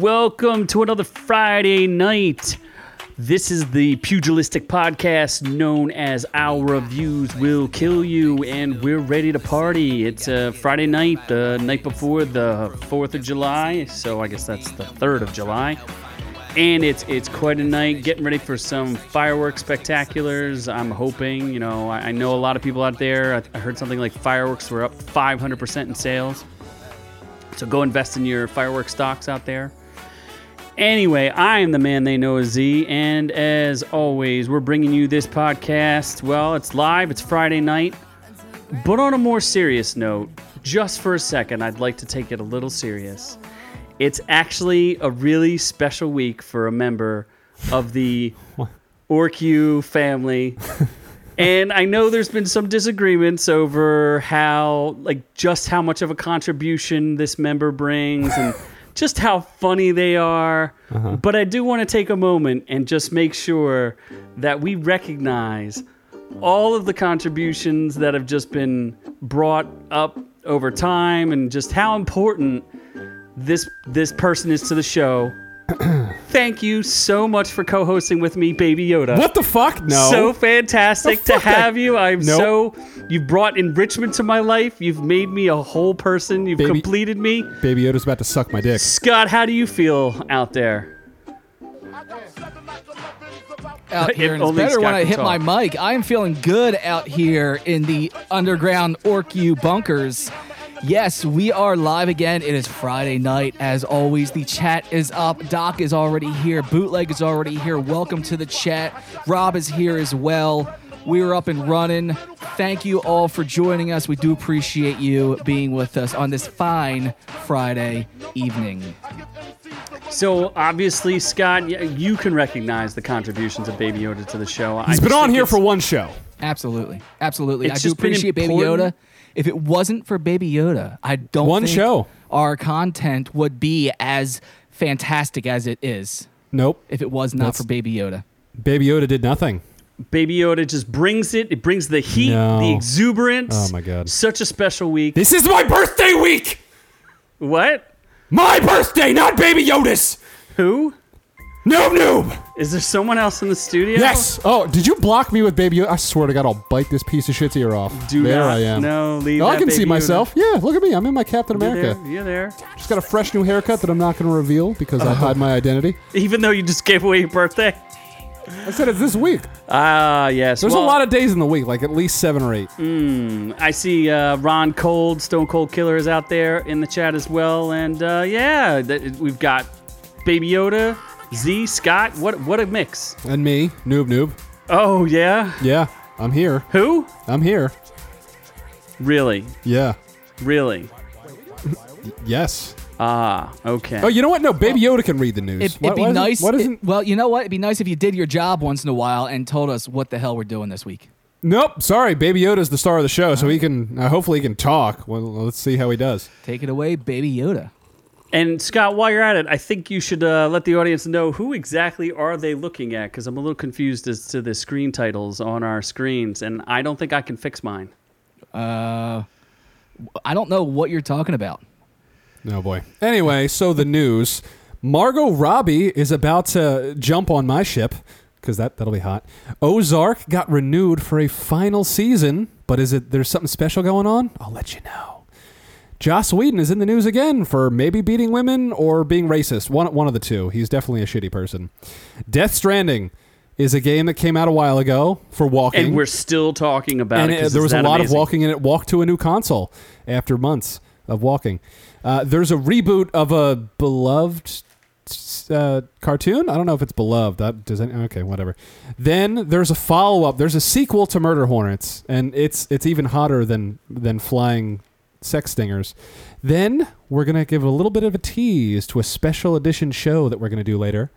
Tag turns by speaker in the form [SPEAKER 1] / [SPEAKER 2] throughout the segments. [SPEAKER 1] welcome to another Friday night. This is the pugilistic podcast known as Our Reviews Will Kill You, and we're ready to party. It's uh, Friday night, the night before the 4th of July, so I guess that's the 3rd of July. And it's it's quite a night, getting ready for some fireworks spectaculars. I'm hoping, you know, I, I know a lot of people out there. I, I heard something like fireworks were up 500% in sales. So go invest in your fireworks stocks out there. Anyway, I am the man they know as Z, and as always, we're bringing you this podcast. Well, it's live, it's Friday night, but on a more serious note, just for a second, I'd like to take it a little serious. It's actually a really special week for a member of the OrcU family. and I know there's been some disagreements over how, like, just how much of a contribution this member brings and just how funny they are. But I do want to take a moment and just make sure that we recognize all of the contributions that have just been brought up over time and just how important this this person is to the show. Thank you so much for co-hosting with me, Baby Yoda
[SPEAKER 2] What the fuck? No.
[SPEAKER 1] so fantastic
[SPEAKER 2] Oh,
[SPEAKER 1] to
[SPEAKER 2] fuck that-
[SPEAKER 1] have you. I'm
[SPEAKER 2] Nope.
[SPEAKER 1] so you've brought enrichment to my life. You've made me a whole person. You've
[SPEAKER 2] Baby-
[SPEAKER 1] completed me.
[SPEAKER 2] Baby Yoda's about to suck my dick.
[SPEAKER 1] Scott, how do you feel out there?
[SPEAKER 3] out
[SPEAKER 1] If
[SPEAKER 3] here, and it's
[SPEAKER 1] only
[SPEAKER 3] better
[SPEAKER 1] Scott
[SPEAKER 3] when I
[SPEAKER 1] could
[SPEAKER 3] hit
[SPEAKER 1] talk.
[SPEAKER 3] my mic. I am feeling good out here in the underground Orcu bunkers. Yes, we are live again. It is Friday night. As always, the chat is up. Doc is already here. Bootleg is already here. Welcome to the chat. Rob is here as well. We are up and running. Thank you all for joining us. We do appreciate you being with us on this fine Friday evening.
[SPEAKER 1] So obviously, Scott, y- you can recognize the contributions of Baby Yoda to the show.
[SPEAKER 2] He's been on here for one show.
[SPEAKER 3] Absolutely, absolutely.
[SPEAKER 1] It's
[SPEAKER 3] I do
[SPEAKER 1] just been
[SPEAKER 3] appreciate Baby
[SPEAKER 1] important-
[SPEAKER 3] Yoda. If it wasn't for Baby Yoda, I don't
[SPEAKER 2] One
[SPEAKER 3] think
[SPEAKER 2] show.
[SPEAKER 3] our content would be as fantastic as it is.
[SPEAKER 2] Nope.
[SPEAKER 3] If it was not
[SPEAKER 2] That's-
[SPEAKER 3] for Baby Yoda,
[SPEAKER 2] Baby Yoda did nothing.
[SPEAKER 1] Baby Yoda just brings it. It brings the heat,
[SPEAKER 2] No.
[SPEAKER 1] the exuberance.
[SPEAKER 2] Oh, my God.
[SPEAKER 1] Such a special week.
[SPEAKER 2] This is my birthday week.
[SPEAKER 1] what?
[SPEAKER 2] My birthday, not Baby Yoda's.
[SPEAKER 1] Who?
[SPEAKER 2] Noob noob.
[SPEAKER 1] Is there someone else in the studio?
[SPEAKER 2] Yes. Oh, did you block me with Baby Yoda? I swear to God, I'll bite this piece of shit's ear off.
[SPEAKER 1] Do
[SPEAKER 2] there
[SPEAKER 1] not.
[SPEAKER 2] I am.
[SPEAKER 1] No, leave.
[SPEAKER 2] Oh, I
[SPEAKER 1] that
[SPEAKER 2] can see
[SPEAKER 1] Baby Yoda.
[SPEAKER 2] myself. Yeah, look at me. I'm in my Captain
[SPEAKER 1] You're
[SPEAKER 2] America.
[SPEAKER 1] there. You're there.
[SPEAKER 2] Just got a fresh new haircut that I'm not going to reveal because
[SPEAKER 1] Uh-huh.
[SPEAKER 2] I hide my identity.
[SPEAKER 1] Even though you just gave away your birthday.
[SPEAKER 2] I said it's this week.
[SPEAKER 1] Ah, yes.
[SPEAKER 2] There's
[SPEAKER 1] Well,
[SPEAKER 2] a lot of days in the week, like at least seven or eight.
[SPEAKER 1] I see uh, Ron Cold, Stone Cold Killer is out there in the chat as well, and uh, yeah, th- we've got Baby Yoda, Z, Scott. What what a mix!
[SPEAKER 2] And me, noob noob.
[SPEAKER 1] Oh yeah,
[SPEAKER 2] Yeah, I'm here.
[SPEAKER 1] who?
[SPEAKER 2] I'm here.
[SPEAKER 1] Really,
[SPEAKER 2] Yeah.
[SPEAKER 1] really?
[SPEAKER 2] Yes.
[SPEAKER 1] Ah, okay.
[SPEAKER 2] Oh, you know what? No, Baby Yoda can read the news.
[SPEAKER 3] it,
[SPEAKER 2] Why-
[SPEAKER 3] would be
[SPEAKER 2] why isn't-
[SPEAKER 3] nice.
[SPEAKER 2] What
[SPEAKER 3] it-
[SPEAKER 2] isn't?
[SPEAKER 3] well, you know what? It'd be nice if you did your job once in a while and told us what the hell we're doing this week.
[SPEAKER 2] nope. Sorry, Baby Yoda's the star of the show, so he can. Uh, hopefully, he can talk. Well, let's see how he does.
[SPEAKER 3] Take it away, Baby Yoda.
[SPEAKER 1] And Scott, while you're at it, I think you should uh, let the audience know who exactly are they looking at, because I'm a little confused as to the screen titles on our screens, and I don't think I can fix mine.
[SPEAKER 3] Uh, I don't know what you're talking about.
[SPEAKER 2] Oh boy. Anyway, so the news: Margot Robbie is about to jump on my ship because that that'll be hot. Ozark got renewed for a final season, but is it there's something special going on? I'll let you know. Joss Whedon is in the news again for maybe beating women or being racist. One one of the two. He's definitely a shitty person. Death Stranding is a game that came out a while ago for walking.
[SPEAKER 1] And we're still talking about
[SPEAKER 2] and
[SPEAKER 1] it. 'cause
[SPEAKER 2] it, there
[SPEAKER 1] it's
[SPEAKER 2] was a
[SPEAKER 1] that
[SPEAKER 2] lot
[SPEAKER 1] amazing.
[SPEAKER 2] of walking, and it walked to a new console after months of walking. Uh, there's a reboot of a beloved uh, cartoon. I don't know if it's beloved. That does any, okay, whatever. Then there's a follow up. There's a sequel to Murder Hornets, and it's it's even hotter than than flying sex stingers. Then we're gonna give a little bit of a tease to a special edition show that we're gonna do later.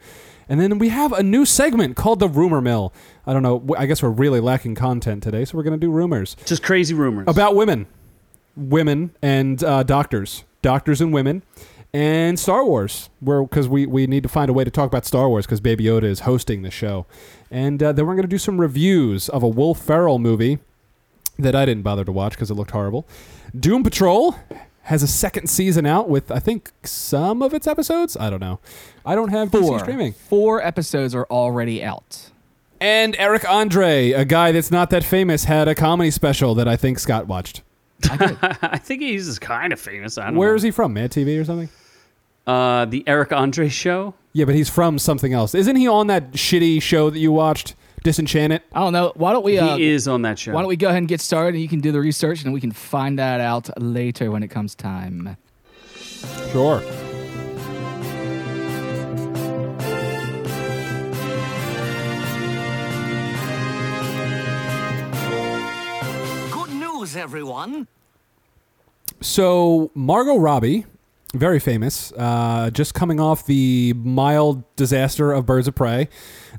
[SPEAKER 2] And then we have a new segment called the Rumor Mill. I don't know. I guess we're really lacking content today, so we're going to do rumors
[SPEAKER 1] Just crazy rumors.
[SPEAKER 2] about women, women and uh, doctors, doctors and women, and Star Wars. Where because we we need to find a way to talk about Star Wars because Baby Yoda is hosting the show, and uh, then we're going to do some reviews of a Will Ferrell movie that I didn't bother to watch because it looked horrible. Doom Patrol has a second season out with I think some of its episodes. I don't know. I don't have DC
[SPEAKER 3] Four.
[SPEAKER 2] streaming.
[SPEAKER 3] Four episodes are already out.
[SPEAKER 2] And Eric Andre, a guy that's not that famous, had a comedy special that I think Scott watched.
[SPEAKER 1] I think he's kind of famous. I don't
[SPEAKER 2] Where is he from? Mad TV or something?
[SPEAKER 1] Uh, the Eric Andre show.
[SPEAKER 2] Yeah, but he's from something else. Isn't he on that shitty show that you watched, Disenchanted?
[SPEAKER 3] I don't know. Why don't we? Uh,
[SPEAKER 1] he is on that show.
[SPEAKER 3] why don't we go ahead and get started? And you can do the research, and we can find that out later when it comes time.
[SPEAKER 2] Sure.
[SPEAKER 4] Good news, everyone.
[SPEAKER 2] So Margot Robbie, very famous, uh, just coming off the mild disaster of Birds of Prey,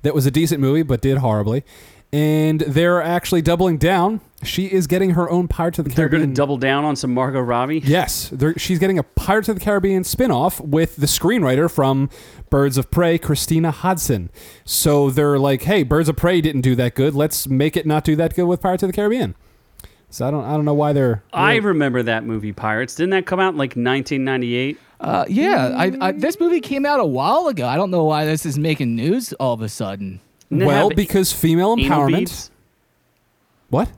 [SPEAKER 2] that was a decent movie but did horribly. And they're actually doubling down. She is getting her own Pirates of the
[SPEAKER 1] They're
[SPEAKER 2] Caribbean.
[SPEAKER 1] going to double down on some Margot Robbie.
[SPEAKER 2] Yes, there, she's getting a Pirates of the Caribbean spin-off with the screenwriter from Birds of Prey, Christina Hodson. So they're like, "Hey, Birds of Prey didn't do that good. Let's make it not do that good with Pirates of the Caribbean." So I don't, I don't know why they're.
[SPEAKER 3] Uh,
[SPEAKER 1] I remember that movie Pirates. Didn't that come out in like 1998?
[SPEAKER 3] Uh, yeah, I, I, this movie came out a while ago. I don't know why this is making news all of a sudden.
[SPEAKER 1] Didn't it
[SPEAKER 2] well
[SPEAKER 1] have
[SPEAKER 2] because female
[SPEAKER 1] anal
[SPEAKER 2] empowerment.
[SPEAKER 1] beads?
[SPEAKER 2] What?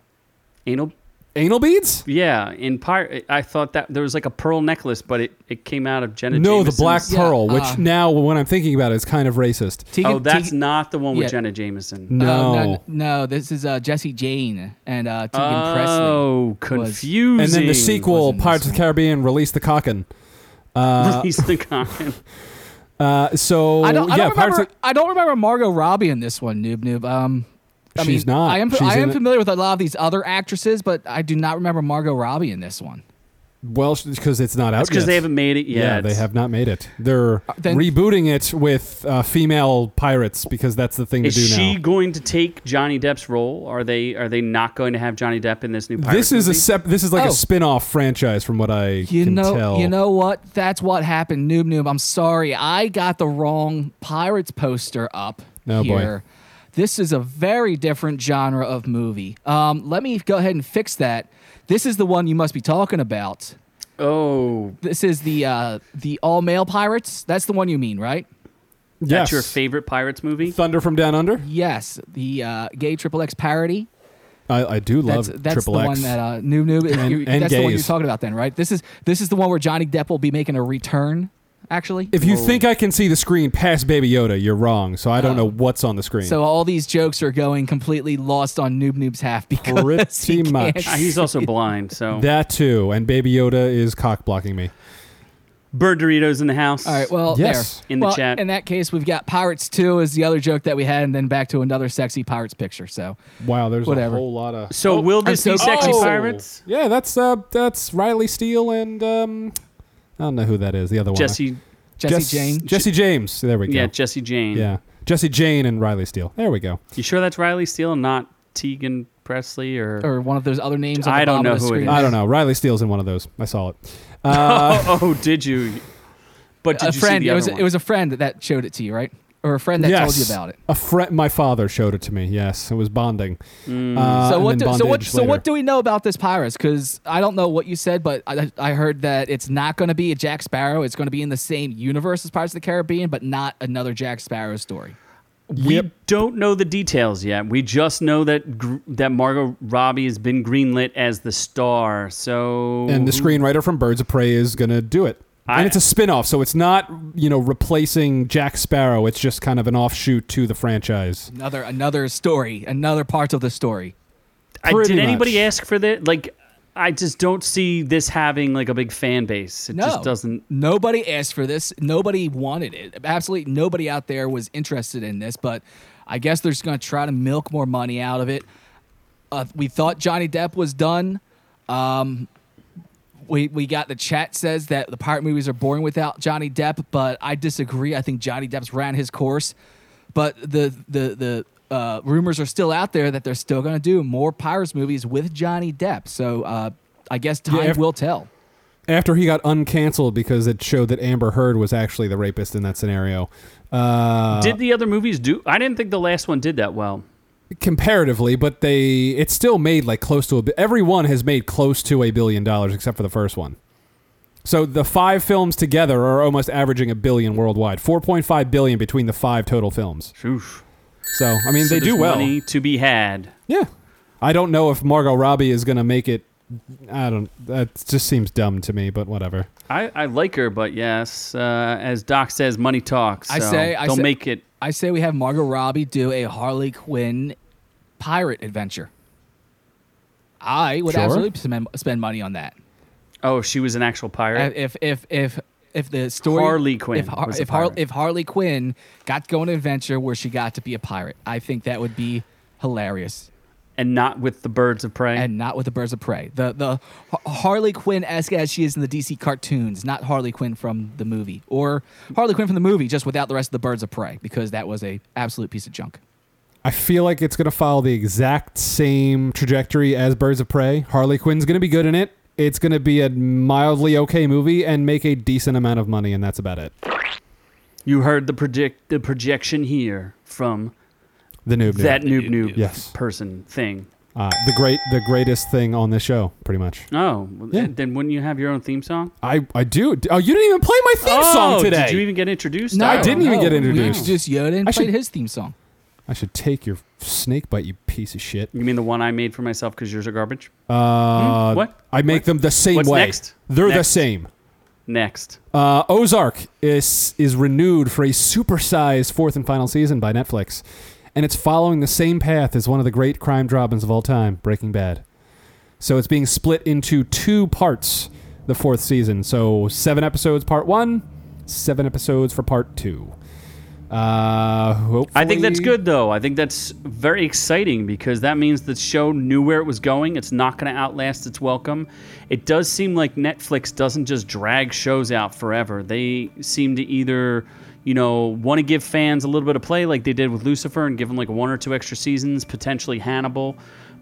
[SPEAKER 1] Anal.
[SPEAKER 2] Anal beads?
[SPEAKER 1] Yeah, in pirate, I thought that there was like a pearl necklace, but it, it came out of Jenna.
[SPEAKER 2] No,
[SPEAKER 1] Jameson's.
[SPEAKER 2] the black
[SPEAKER 3] Yeah,
[SPEAKER 2] pearl, which
[SPEAKER 3] uh,
[SPEAKER 2] now when I'm thinking about it is kind of racist.
[SPEAKER 3] Tegan-
[SPEAKER 1] Oh, that's
[SPEAKER 3] Tegan-
[SPEAKER 1] not the one with
[SPEAKER 3] yeah.
[SPEAKER 1] Jenna Jameson.
[SPEAKER 2] No.
[SPEAKER 3] Uh, no, no, this is uh, Jesse Jane and uh, Tegan Presley.
[SPEAKER 1] Oh, confusing.
[SPEAKER 2] and then the sequel,
[SPEAKER 3] wasn't this
[SPEAKER 2] Pirates of the Caribbean, released the Cockin.
[SPEAKER 1] Release the comment.
[SPEAKER 2] Uh, so
[SPEAKER 3] I don't, I,
[SPEAKER 2] yeah,
[SPEAKER 3] don't
[SPEAKER 2] Pirates
[SPEAKER 3] remember,
[SPEAKER 2] of-
[SPEAKER 3] I don't remember Margot Robbie in this one, Noob Noob. Um, I
[SPEAKER 2] She's
[SPEAKER 3] mean,
[SPEAKER 2] not.
[SPEAKER 3] I am,
[SPEAKER 2] She's
[SPEAKER 3] I
[SPEAKER 2] in
[SPEAKER 3] am
[SPEAKER 2] it.
[SPEAKER 3] familiar with a lot of these other actresses, but I do not remember Margot Robbie in this one.
[SPEAKER 2] well, because it's not out.
[SPEAKER 1] It's because
[SPEAKER 2] yet.
[SPEAKER 1] they haven't made it yet.
[SPEAKER 2] Yeah, they have not made it. They're
[SPEAKER 3] Uh, then-
[SPEAKER 2] rebooting it with uh, female pirates because that's the thing
[SPEAKER 1] Is
[SPEAKER 2] to do
[SPEAKER 1] she
[SPEAKER 2] now.
[SPEAKER 1] going to take Johnny Depp's role? Are they are they not going to have Johnny Depp in this new? Pirates
[SPEAKER 2] This is a
[SPEAKER 1] movie?
[SPEAKER 2] sep- this is like
[SPEAKER 3] Oh.
[SPEAKER 2] a spin-off franchise from what I
[SPEAKER 3] You
[SPEAKER 2] can
[SPEAKER 3] know,
[SPEAKER 2] tell.
[SPEAKER 3] you know what? That's what happened, Noob Noob. I'm sorry, I got the wrong Pirates poster up
[SPEAKER 2] Oh, boy.
[SPEAKER 3] here. This is a very different genre of movie. Um, let me go ahead and fix that. This is the one you must be talking about.
[SPEAKER 1] Oh,
[SPEAKER 3] This is the uh, the all male pirates. That's the one you mean, right?
[SPEAKER 1] that's
[SPEAKER 2] Yes.
[SPEAKER 1] your favorite Pirates movie?
[SPEAKER 2] Thunder from Down Under.
[SPEAKER 3] Yes, the uh, gay triple X parody.
[SPEAKER 2] I, I do love
[SPEAKER 3] That's that's
[SPEAKER 2] Triple
[SPEAKER 3] the
[SPEAKER 2] X.
[SPEAKER 3] one that uh, Noob Noob. Is,
[SPEAKER 2] And-
[SPEAKER 3] you,
[SPEAKER 2] and
[SPEAKER 3] that's the one you're
[SPEAKER 2] gays.
[SPEAKER 3] talking about, then, right? This is this is the one where Johnny Depp will be making a return. Actually,
[SPEAKER 2] if you think I can see the screen past Baby Yoda, you're wrong. So I don't know what's on the screen.
[SPEAKER 3] Oh. So all these jokes are going completely lost on Noob Noob's half because
[SPEAKER 2] Pretty
[SPEAKER 3] he can't-
[SPEAKER 2] much.
[SPEAKER 1] Uh, He's also blind, so
[SPEAKER 2] that too, and Baby Yoda is cock blocking me.
[SPEAKER 1] Bird Doritos in the house.
[SPEAKER 3] All right, well,
[SPEAKER 2] Yes.
[SPEAKER 3] there.
[SPEAKER 1] In the
[SPEAKER 3] Well,
[SPEAKER 1] chat.
[SPEAKER 3] In that case, we've got Pirates 2 is the other joke that we had, and then back to another sexy Pirates picture. So,
[SPEAKER 2] Wow, there's
[SPEAKER 3] Whatever.
[SPEAKER 2] a whole lot of.
[SPEAKER 1] so will this
[SPEAKER 3] I'm
[SPEAKER 1] be
[SPEAKER 3] so-
[SPEAKER 1] sexy
[SPEAKER 3] Oh!
[SPEAKER 1] pirates?
[SPEAKER 2] Yeah, that's uh, that's Riley Steele and um, I don't know who that is. The other one,
[SPEAKER 1] Jesse,
[SPEAKER 3] Jesse
[SPEAKER 2] Jess-
[SPEAKER 3] Jane.
[SPEAKER 2] Jesse James. There we go.
[SPEAKER 1] yeah, Jesse Jane.
[SPEAKER 2] Yeah. Jesse Jane and Riley Steele. There we go.
[SPEAKER 1] You sure that's Riley Steele, and not Tegan Presley or?
[SPEAKER 3] or one of those other names. On the
[SPEAKER 1] I don't
[SPEAKER 3] bottom
[SPEAKER 1] know
[SPEAKER 3] of the
[SPEAKER 1] who it is.
[SPEAKER 3] screen.
[SPEAKER 2] I don't know. Riley Steele's in one of those. I saw it.
[SPEAKER 1] oh, oh, did you? But did
[SPEAKER 3] A
[SPEAKER 1] you
[SPEAKER 3] friend.
[SPEAKER 1] see the
[SPEAKER 3] it
[SPEAKER 1] other
[SPEAKER 3] was
[SPEAKER 1] one?
[SPEAKER 3] it was a friend that showed it to you, right? Or a friend that
[SPEAKER 2] yes.
[SPEAKER 3] told you about it.
[SPEAKER 2] A friend, my father showed it to me. Yes, it was bonding. Uh,
[SPEAKER 3] Mm. so
[SPEAKER 2] and then
[SPEAKER 3] what? Do, so what?
[SPEAKER 2] bondage
[SPEAKER 3] So what
[SPEAKER 2] later.
[SPEAKER 3] do we know about this Pirates? Because I don't know what you said, but I, I heard that it's not going to be a Jack Sparrow. It's going to be in the same universe as Pirates of the Caribbean, but not another Jack Sparrow story.
[SPEAKER 1] we
[SPEAKER 2] Yep.
[SPEAKER 1] don't know the details yet. We just know that gr- that Margot Robbie has been greenlit as the star. So
[SPEAKER 2] and the screenwriter from Birds of Prey is gonna do it.
[SPEAKER 1] I-
[SPEAKER 2] and it's a spin-off, so it's not you know replacing Jack Sparrow. It's just kind of an offshoot to the franchise.
[SPEAKER 3] Another another story, another part of the story.
[SPEAKER 1] I,
[SPEAKER 2] pretty
[SPEAKER 1] did anybody
[SPEAKER 2] much.
[SPEAKER 1] ask for that? Like, I just don't see this having like a big fan base. It
[SPEAKER 3] No,
[SPEAKER 1] just doesn't.
[SPEAKER 3] Nobody asked for this. Nobody wanted it. Absolutely nobody out there was interested in this. But I guess they're just going to try to milk more money out of it. Uh, we thought Johnny Depp was done. Um, we we got the chat says that the pirate movies are boring without Johnny Depp, but I disagree. I think Johnny Depp's ran his course. But the the the uh, rumors are still out there that they're still going to do more pirates movies with Johnny Depp. So uh, I guess time
[SPEAKER 2] if-
[SPEAKER 3] will tell.
[SPEAKER 2] After he got uncanceled because it showed that Amber Heard was actually the rapist in that scenario. Uh,
[SPEAKER 1] did the other movies do? I didn't think the last one did that well.
[SPEAKER 2] comparatively, but they it's still made like close to a. bi- Everyone has made close to a billion dollars except for the first one. So the five films together are almost averaging a billion worldwide. 4.5 billion between the five total films.
[SPEAKER 1] Oof.
[SPEAKER 2] So I mean,
[SPEAKER 1] So
[SPEAKER 2] they do
[SPEAKER 1] there's
[SPEAKER 2] well.
[SPEAKER 1] Money to be had.
[SPEAKER 2] Yeah. I don't know if Margot Robbie is gonna make it. I don't. That just seems dumb to me, but whatever.
[SPEAKER 1] I, I like her, but yes, uh, as Doc says, money talks.
[SPEAKER 3] I
[SPEAKER 1] so
[SPEAKER 3] say- I
[SPEAKER 1] don't
[SPEAKER 3] say-
[SPEAKER 1] make it.
[SPEAKER 3] I say we have Margot Robbie do a Harley Quinn pirate adventure. I would
[SPEAKER 2] Sure.
[SPEAKER 3] absolutely spend, spend money on that.
[SPEAKER 1] Oh, she was an actual pirate.
[SPEAKER 3] If if if if the story
[SPEAKER 1] Harley Quinn
[SPEAKER 3] if, Har-
[SPEAKER 1] was a
[SPEAKER 3] if, Har-
[SPEAKER 1] pirate.
[SPEAKER 3] if Harley Quinn got to go on an adventure where she got to be a pirate, I think that would be hilarious.
[SPEAKER 1] and not with the birds of prey.
[SPEAKER 3] And not with the Birds of Prey. The the Har- Harley Quinn esque as she is in the DC cartoons, not Harley Quinn from the movie, or Harley Quinn from the movie, just without the rest of the Birds of Prey, because that was a absolute piece of junk.
[SPEAKER 2] I feel like it's gonna follow the exact same trajectory as Birds of Prey. Harley Quinn's gonna be good in it. It's gonna be a mildly okay movie and make a decent amount of money, and that's about it.
[SPEAKER 1] you heard the predict the projection here from
[SPEAKER 2] The noob. noob.
[SPEAKER 1] that noob noob
[SPEAKER 2] Yes.
[SPEAKER 1] person thing.
[SPEAKER 2] uh, the great, the greatest thing on this show, pretty much.
[SPEAKER 1] Oh, well,
[SPEAKER 2] Yeah.
[SPEAKER 1] then wouldn't you have your own theme song?
[SPEAKER 2] I, I do. Oh, you didn't even play my theme
[SPEAKER 1] Oh,
[SPEAKER 2] song today.
[SPEAKER 1] Did you even get introduced?
[SPEAKER 2] I
[SPEAKER 1] don't
[SPEAKER 2] didn't
[SPEAKER 1] know.
[SPEAKER 2] even get
[SPEAKER 3] We
[SPEAKER 2] introduced.
[SPEAKER 3] introduced Yoda and
[SPEAKER 2] I
[SPEAKER 3] played
[SPEAKER 2] should-
[SPEAKER 3] his theme song.
[SPEAKER 2] I should take your snake bite, you piece of shit.
[SPEAKER 1] You mean the one I made for myself because yours are garbage?
[SPEAKER 2] Uh,
[SPEAKER 1] Hmm? What?
[SPEAKER 2] I make them the same
[SPEAKER 1] What's
[SPEAKER 2] way.
[SPEAKER 1] next?
[SPEAKER 2] They're the
[SPEAKER 1] Next.
[SPEAKER 2] same.
[SPEAKER 1] Next.
[SPEAKER 2] Uh, Ozark is is renewed for a supersized fourth and final season by Netflix, and it's following the same path as one of the great crime dramas of all time, Breaking Bad. So it's being split into two parts, the fourth season. So seven episodes part one, seven episodes for part two. Uh,
[SPEAKER 1] I think that's
[SPEAKER 2] hopefully-
[SPEAKER 1] good, though. I think that's very exciting because that means the show knew where it was going. It's not going to outlast its welcome. It does seem like Netflix doesn't just drag shows out forever. They seem to either, you know, want to give fans a little bit of play like they did with Lucifer and give them like one or two extra seasons, potentially Hannibal.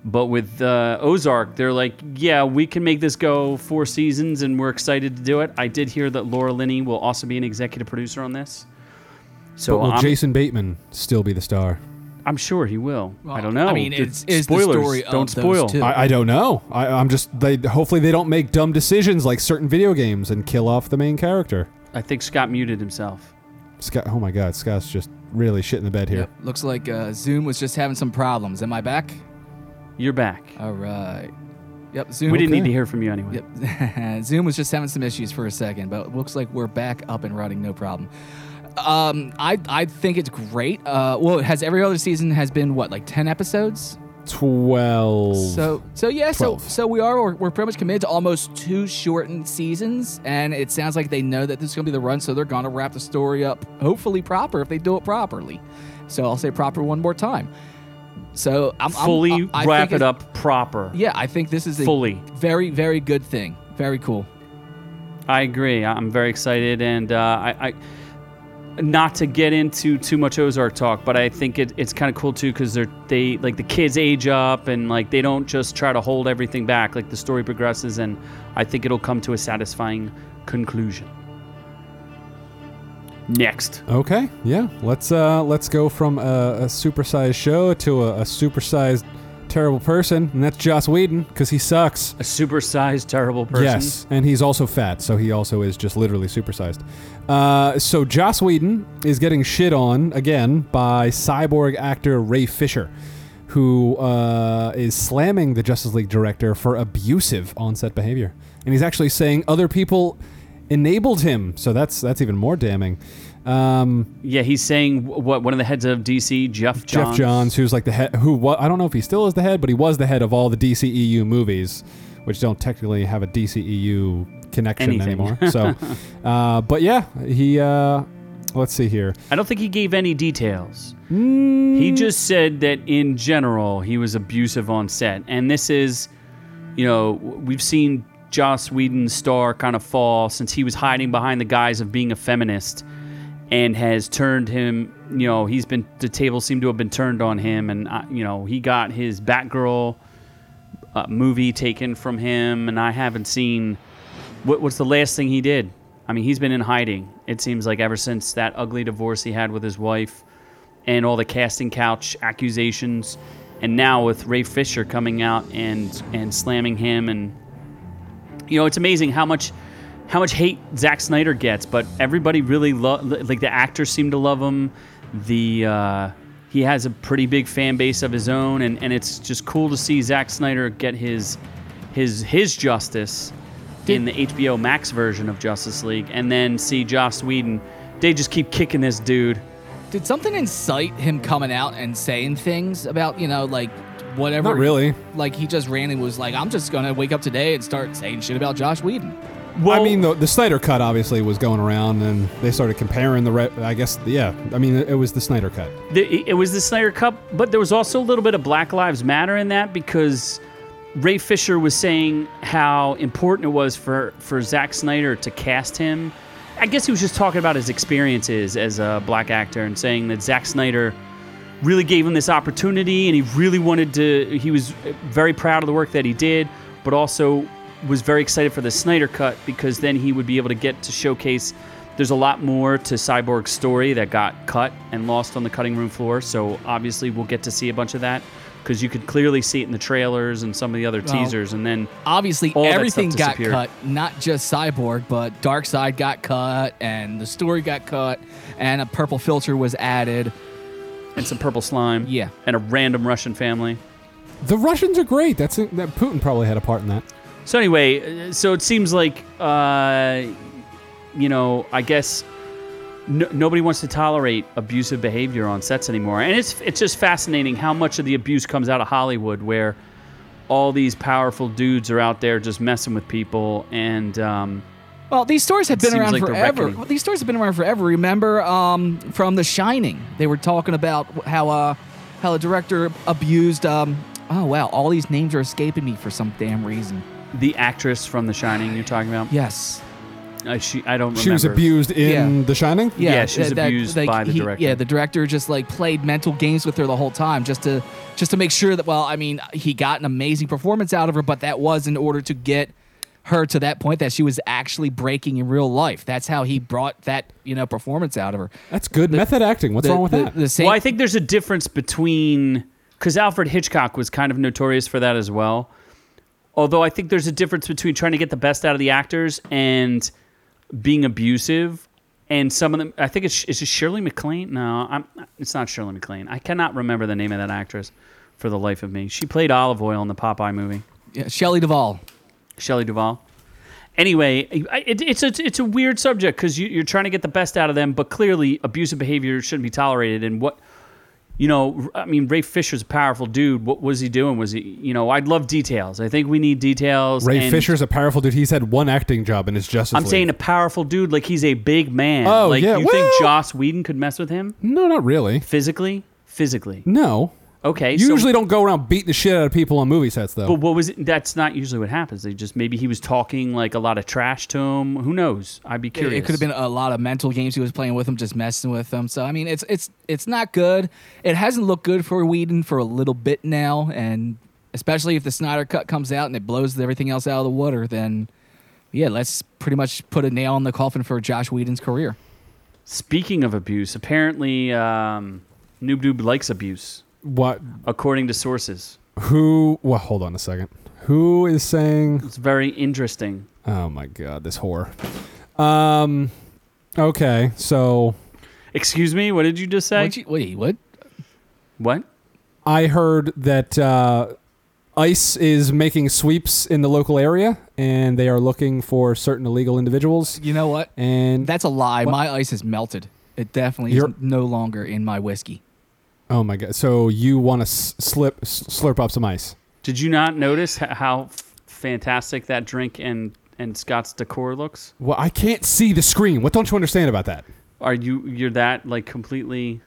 [SPEAKER 1] But with uh, Ozark, they're like, yeah, we can make this go four seasons and we're excited to do it. I did hear that Laura Linney will also be an executive producer on this. So
[SPEAKER 2] But will
[SPEAKER 1] I'm
[SPEAKER 2] Jason Bateman still be the star?
[SPEAKER 1] I'm sure he will. I
[SPEAKER 3] Well,
[SPEAKER 1] don't know.
[SPEAKER 3] I mean,
[SPEAKER 1] The
[SPEAKER 3] it's- it's the story of
[SPEAKER 1] don't
[SPEAKER 3] those
[SPEAKER 1] spoil.
[SPEAKER 3] two.
[SPEAKER 2] I, I don't know. I, I'm just they. Hopefully, they don't make dumb decisions like certain video games and kill off the main character.
[SPEAKER 1] I think Scott muted himself.
[SPEAKER 2] Scott, oh my God, Scott's just really shit in the bed here.
[SPEAKER 3] Yep. Looks like uh, Zoom was just having some problems. Am I back?
[SPEAKER 1] You're back.
[SPEAKER 3] All right. Yep. Zoom.
[SPEAKER 1] We didn't
[SPEAKER 2] okay.
[SPEAKER 1] need to hear from you anyway.
[SPEAKER 3] Yep. Zoom was just having some issues for a second, but it looks like we're back up and running, no problem. Um, I I think it's great. Uh, well, it has every other season has been what like ten episodes.
[SPEAKER 2] Twelve.
[SPEAKER 3] So so yeah,
[SPEAKER 2] Twelve.
[SPEAKER 3] so so we are we're, we're pretty much committed to almost two shortened seasons, and it sounds like they know that this is gonna be the run, so they're gonna wrap the story up hopefully proper if they do it properly. So I'll say proper one more time. So I'm I'm-
[SPEAKER 1] Fully
[SPEAKER 3] I- I think
[SPEAKER 1] wrap it
[SPEAKER 3] it's-
[SPEAKER 1] up proper.
[SPEAKER 3] Yeah, I think this is a
[SPEAKER 1] Fully.
[SPEAKER 3] very very good thing. Very cool.
[SPEAKER 1] I agree. I'm very excited, and uh, I, I not to get into too much Ozark talk, but I think it, it's kind of cool too because they're they like the kids age up and like they don't just try to hold everything back. Like the story progresses, and I think it'll come to a satisfying conclusion. Next.
[SPEAKER 2] Okay. Yeah. Let's uh let's go from a, a supersized show to a, a supersized terrible person, and that's Joss Whedon because he sucks.
[SPEAKER 1] A supersized, terrible person.
[SPEAKER 2] Yes, and he's also fat, so he also is just literally supersized. Uh, so Joss Whedon is getting shit on again by cyborg actor Ray Fisher, who uh, is slamming the Justice League director for abusive on-set behavior, and he's actually saying other people enabled him. So that's that's even more damning. Um,
[SPEAKER 1] Yeah, he's saying wh- what one of the heads of DC, Jeff Johns.
[SPEAKER 2] Jeff Johns, who's like the head, who wa- I don't know if he still is the head, but he was the head of all the DCEU movies, which don't technically have a DCEU connection
[SPEAKER 1] Anything.
[SPEAKER 2] anymore. So, uh, but yeah, he, uh, let's see here.
[SPEAKER 1] I don't think he gave any details.
[SPEAKER 2] Hmm.
[SPEAKER 1] He just said that in general he was abusive on set, and this is, you know, w- we've seen Joss Whedon's star kind of fall since he was hiding behind the guise of being a feminist, and has turned him. You know, he's been the tables seem to have been turned on him, and uh, you know he got his Batgirl uh, movie taken from him, and I haven't seen. What, what's the last thing he did? I mean, he's been in hiding. It seems like ever since that ugly divorce he had with his wife, and all the casting couch accusations, and now with Ray Fisher coming out and and slamming him, and you know, it's amazing how much how much hate Zack Snyder gets, but everybody really love like the actors seem to love him. The uh, he has a pretty big fan base of his own, and, and it's just cool to see Zack Snyder get his his his justice in the HBO Max version of Justice League, and then see Joss Whedon. They just keep kicking this dude.
[SPEAKER 3] Did something incite him coming out and saying things about, you know, like whatever?
[SPEAKER 2] Not really.
[SPEAKER 3] Like he just randomly was like, I'm just going to wake up today and start saying shit about Josh Whedon.
[SPEAKER 1] Oh,
[SPEAKER 2] I mean, the, the Snyder Cut obviously was going around, and they started comparing the. Re- I guess, yeah. I mean, it, it was the Snyder Cut.
[SPEAKER 1] the, it was the Snyder Cup, but there was also a little bit of Black Lives Matter in that because Ray Fisher was saying how important it was for for Zack Snyder to cast him. I guess he was just talking about his experiences as a black actor and saying that Zack Snyder really gave him this opportunity and he really wanted to he was very proud of the work that he did but also was very excited for the Snyder cut because then he would be able to get to showcase there's a lot more to Cyborg's story that got cut and lost on the cutting room floor so obviously we'll get to see a bunch of that because you could clearly see it in the trailers and some of the other teasers and then
[SPEAKER 3] Obviously,
[SPEAKER 1] All that stuff
[SPEAKER 3] everything got
[SPEAKER 1] disappeared.
[SPEAKER 3] cut, not just Cyborg, but Dark Side got cut, and the story got cut, and a purple filter was added.
[SPEAKER 1] and some purple slime
[SPEAKER 3] Yeah.
[SPEAKER 1] and a random Russian family
[SPEAKER 2] The Russians are great. That's that Putin probably had a part in that.
[SPEAKER 1] So anyway, uh, so it seems like uh, you know, I guess n- nobody wants to tolerate abusive behavior on sets anymore, and it's it's just fascinating how much of the abuse comes out of Hollywood, where all these powerful dudes are out there just messing with people, and um,
[SPEAKER 3] Well, these stories have been
[SPEAKER 1] Seems
[SPEAKER 3] around
[SPEAKER 1] like the
[SPEAKER 3] forever.
[SPEAKER 1] reckoning.
[SPEAKER 3] these stories have been around forever. Remember um, from The Shining, they were talking about how uh, how the director abused. Um, oh wow, all these names are escaping me for some damn reason.
[SPEAKER 1] the actress from The Shining you're talking about,
[SPEAKER 3] Yes.
[SPEAKER 1] uh, she I don't remember.
[SPEAKER 2] She was abused in
[SPEAKER 3] Yeah.
[SPEAKER 2] The Shining.
[SPEAKER 1] Yeah, she was abused by the director.
[SPEAKER 3] Yeah, the director just like played mental games with her the whole time, just to just to make sure that. Well, I mean, he got an amazing performance out of her, but that was in order to get her to that point that she was actually breaking in real life. That's how he brought that you know performance out of her.
[SPEAKER 2] That's good method acting. What's
[SPEAKER 3] the,
[SPEAKER 2] wrong with
[SPEAKER 3] the-
[SPEAKER 2] that?
[SPEAKER 3] The same.
[SPEAKER 1] Well, I think there's a difference between because Alfred Hitchcock was kind of notorious for that as well. Although I think there's a difference between trying to get the best out of the actors and being abusive. And some of them, I think it's is it Shirley MacLaine? No, I'm, it's not Shirley MacLaine. I cannot remember the name of that actress for the life of me. She played Olive Oil in the Popeye movie.
[SPEAKER 3] yeah, Shelley Duvall.
[SPEAKER 1] Shelley Duvall. Anyway, I- it, it's a it's a weird subject because you, you're trying to get the best out of them, but clearly abusive behavior shouldn't be tolerated. And what you know, I mean, Ray Fisher's a powerful dude. What was he doing? Was he you know? I'd love details. I think we need details.
[SPEAKER 2] Ray
[SPEAKER 1] and
[SPEAKER 2] Fisher's a powerful dude. He's had one acting job in his Justice
[SPEAKER 1] I'm
[SPEAKER 2] League.
[SPEAKER 1] saying a powerful dude, like he's a big man.
[SPEAKER 2] Oh,
[SPEAKER 1] like
[SPEAKER 2] yeah,
[SPEAKER 1] you
[SPEAKER 2] well-
[SPEAKER 1] think Joss Whedon could mess with him
[SPEAKER 2] no, not really.
[SPEAKER 1] physically? Physically,
[SPEAKER 2] No.
[SPEAKER 1] okay.
[SPEAKER 2] You
[SPEAKER 1] so-
[SPEAKER 2] usually don't go around beating the shit out of people on movie sets, though.
[SPEAKER 1] But what was it? That's not usually what happens. They just maybe he was talking like a lot of trash to him. Who knows? I'd be
[SPEAKER 3] It-
[SPEAKER 1] curious.
[SPEAKER 3] It could have been a lot of mental games he was playing with him, just messing with him. So I mean, it's it's it's not good. It hasn't looked good for Whedon for a little bit now, and especially if the Snyder cut comes out and it blows everything else out of the water, then yeah, let's pretty much put a nail in the coffin for Josh Whedon's career.
[SPEAKER 1] Speaking of abuse, apparently um, Noob Noob likes abuse,
[SPEAKER 2] what?
[SPEAKER 1] according to sources.
[SPEAKER 2] Who? Well, hold on a second. Who is saying?
[SPEAKER 1] It's very interesting.
[SPEAKER 2] Oh my god, this whore. Um. Okay, so
[SPEAKER 1] Excuse me, what did you just say?
[SPEAKER 3] What? You, wait, what?
[SPEAKER 1] what?
[SPEAKER 2] I heard that uh, ICE is making sweeps in the local area, and they are looking for certain illegal individuals.
[SPEAKER 3] You know what?
[SPEAKER 2] And
[SPEAKER 3] That's a lie. My ice is melted. It definitely
[SPEAKER 2] You're-
[SPEAKER 3] is no longer in my whiskey.
[SPEAKER 2] oh my god, so you want to s- slip s- slurp up some ice?
[SPEAKER 1] Did you not notice h- how f- fantastic that drink and, and Scott's decor looks?
[SPEAKER 2] Well, I can't see the screen. What don't you understand about that?
[SPEAKER 1] Are you you're that like completely?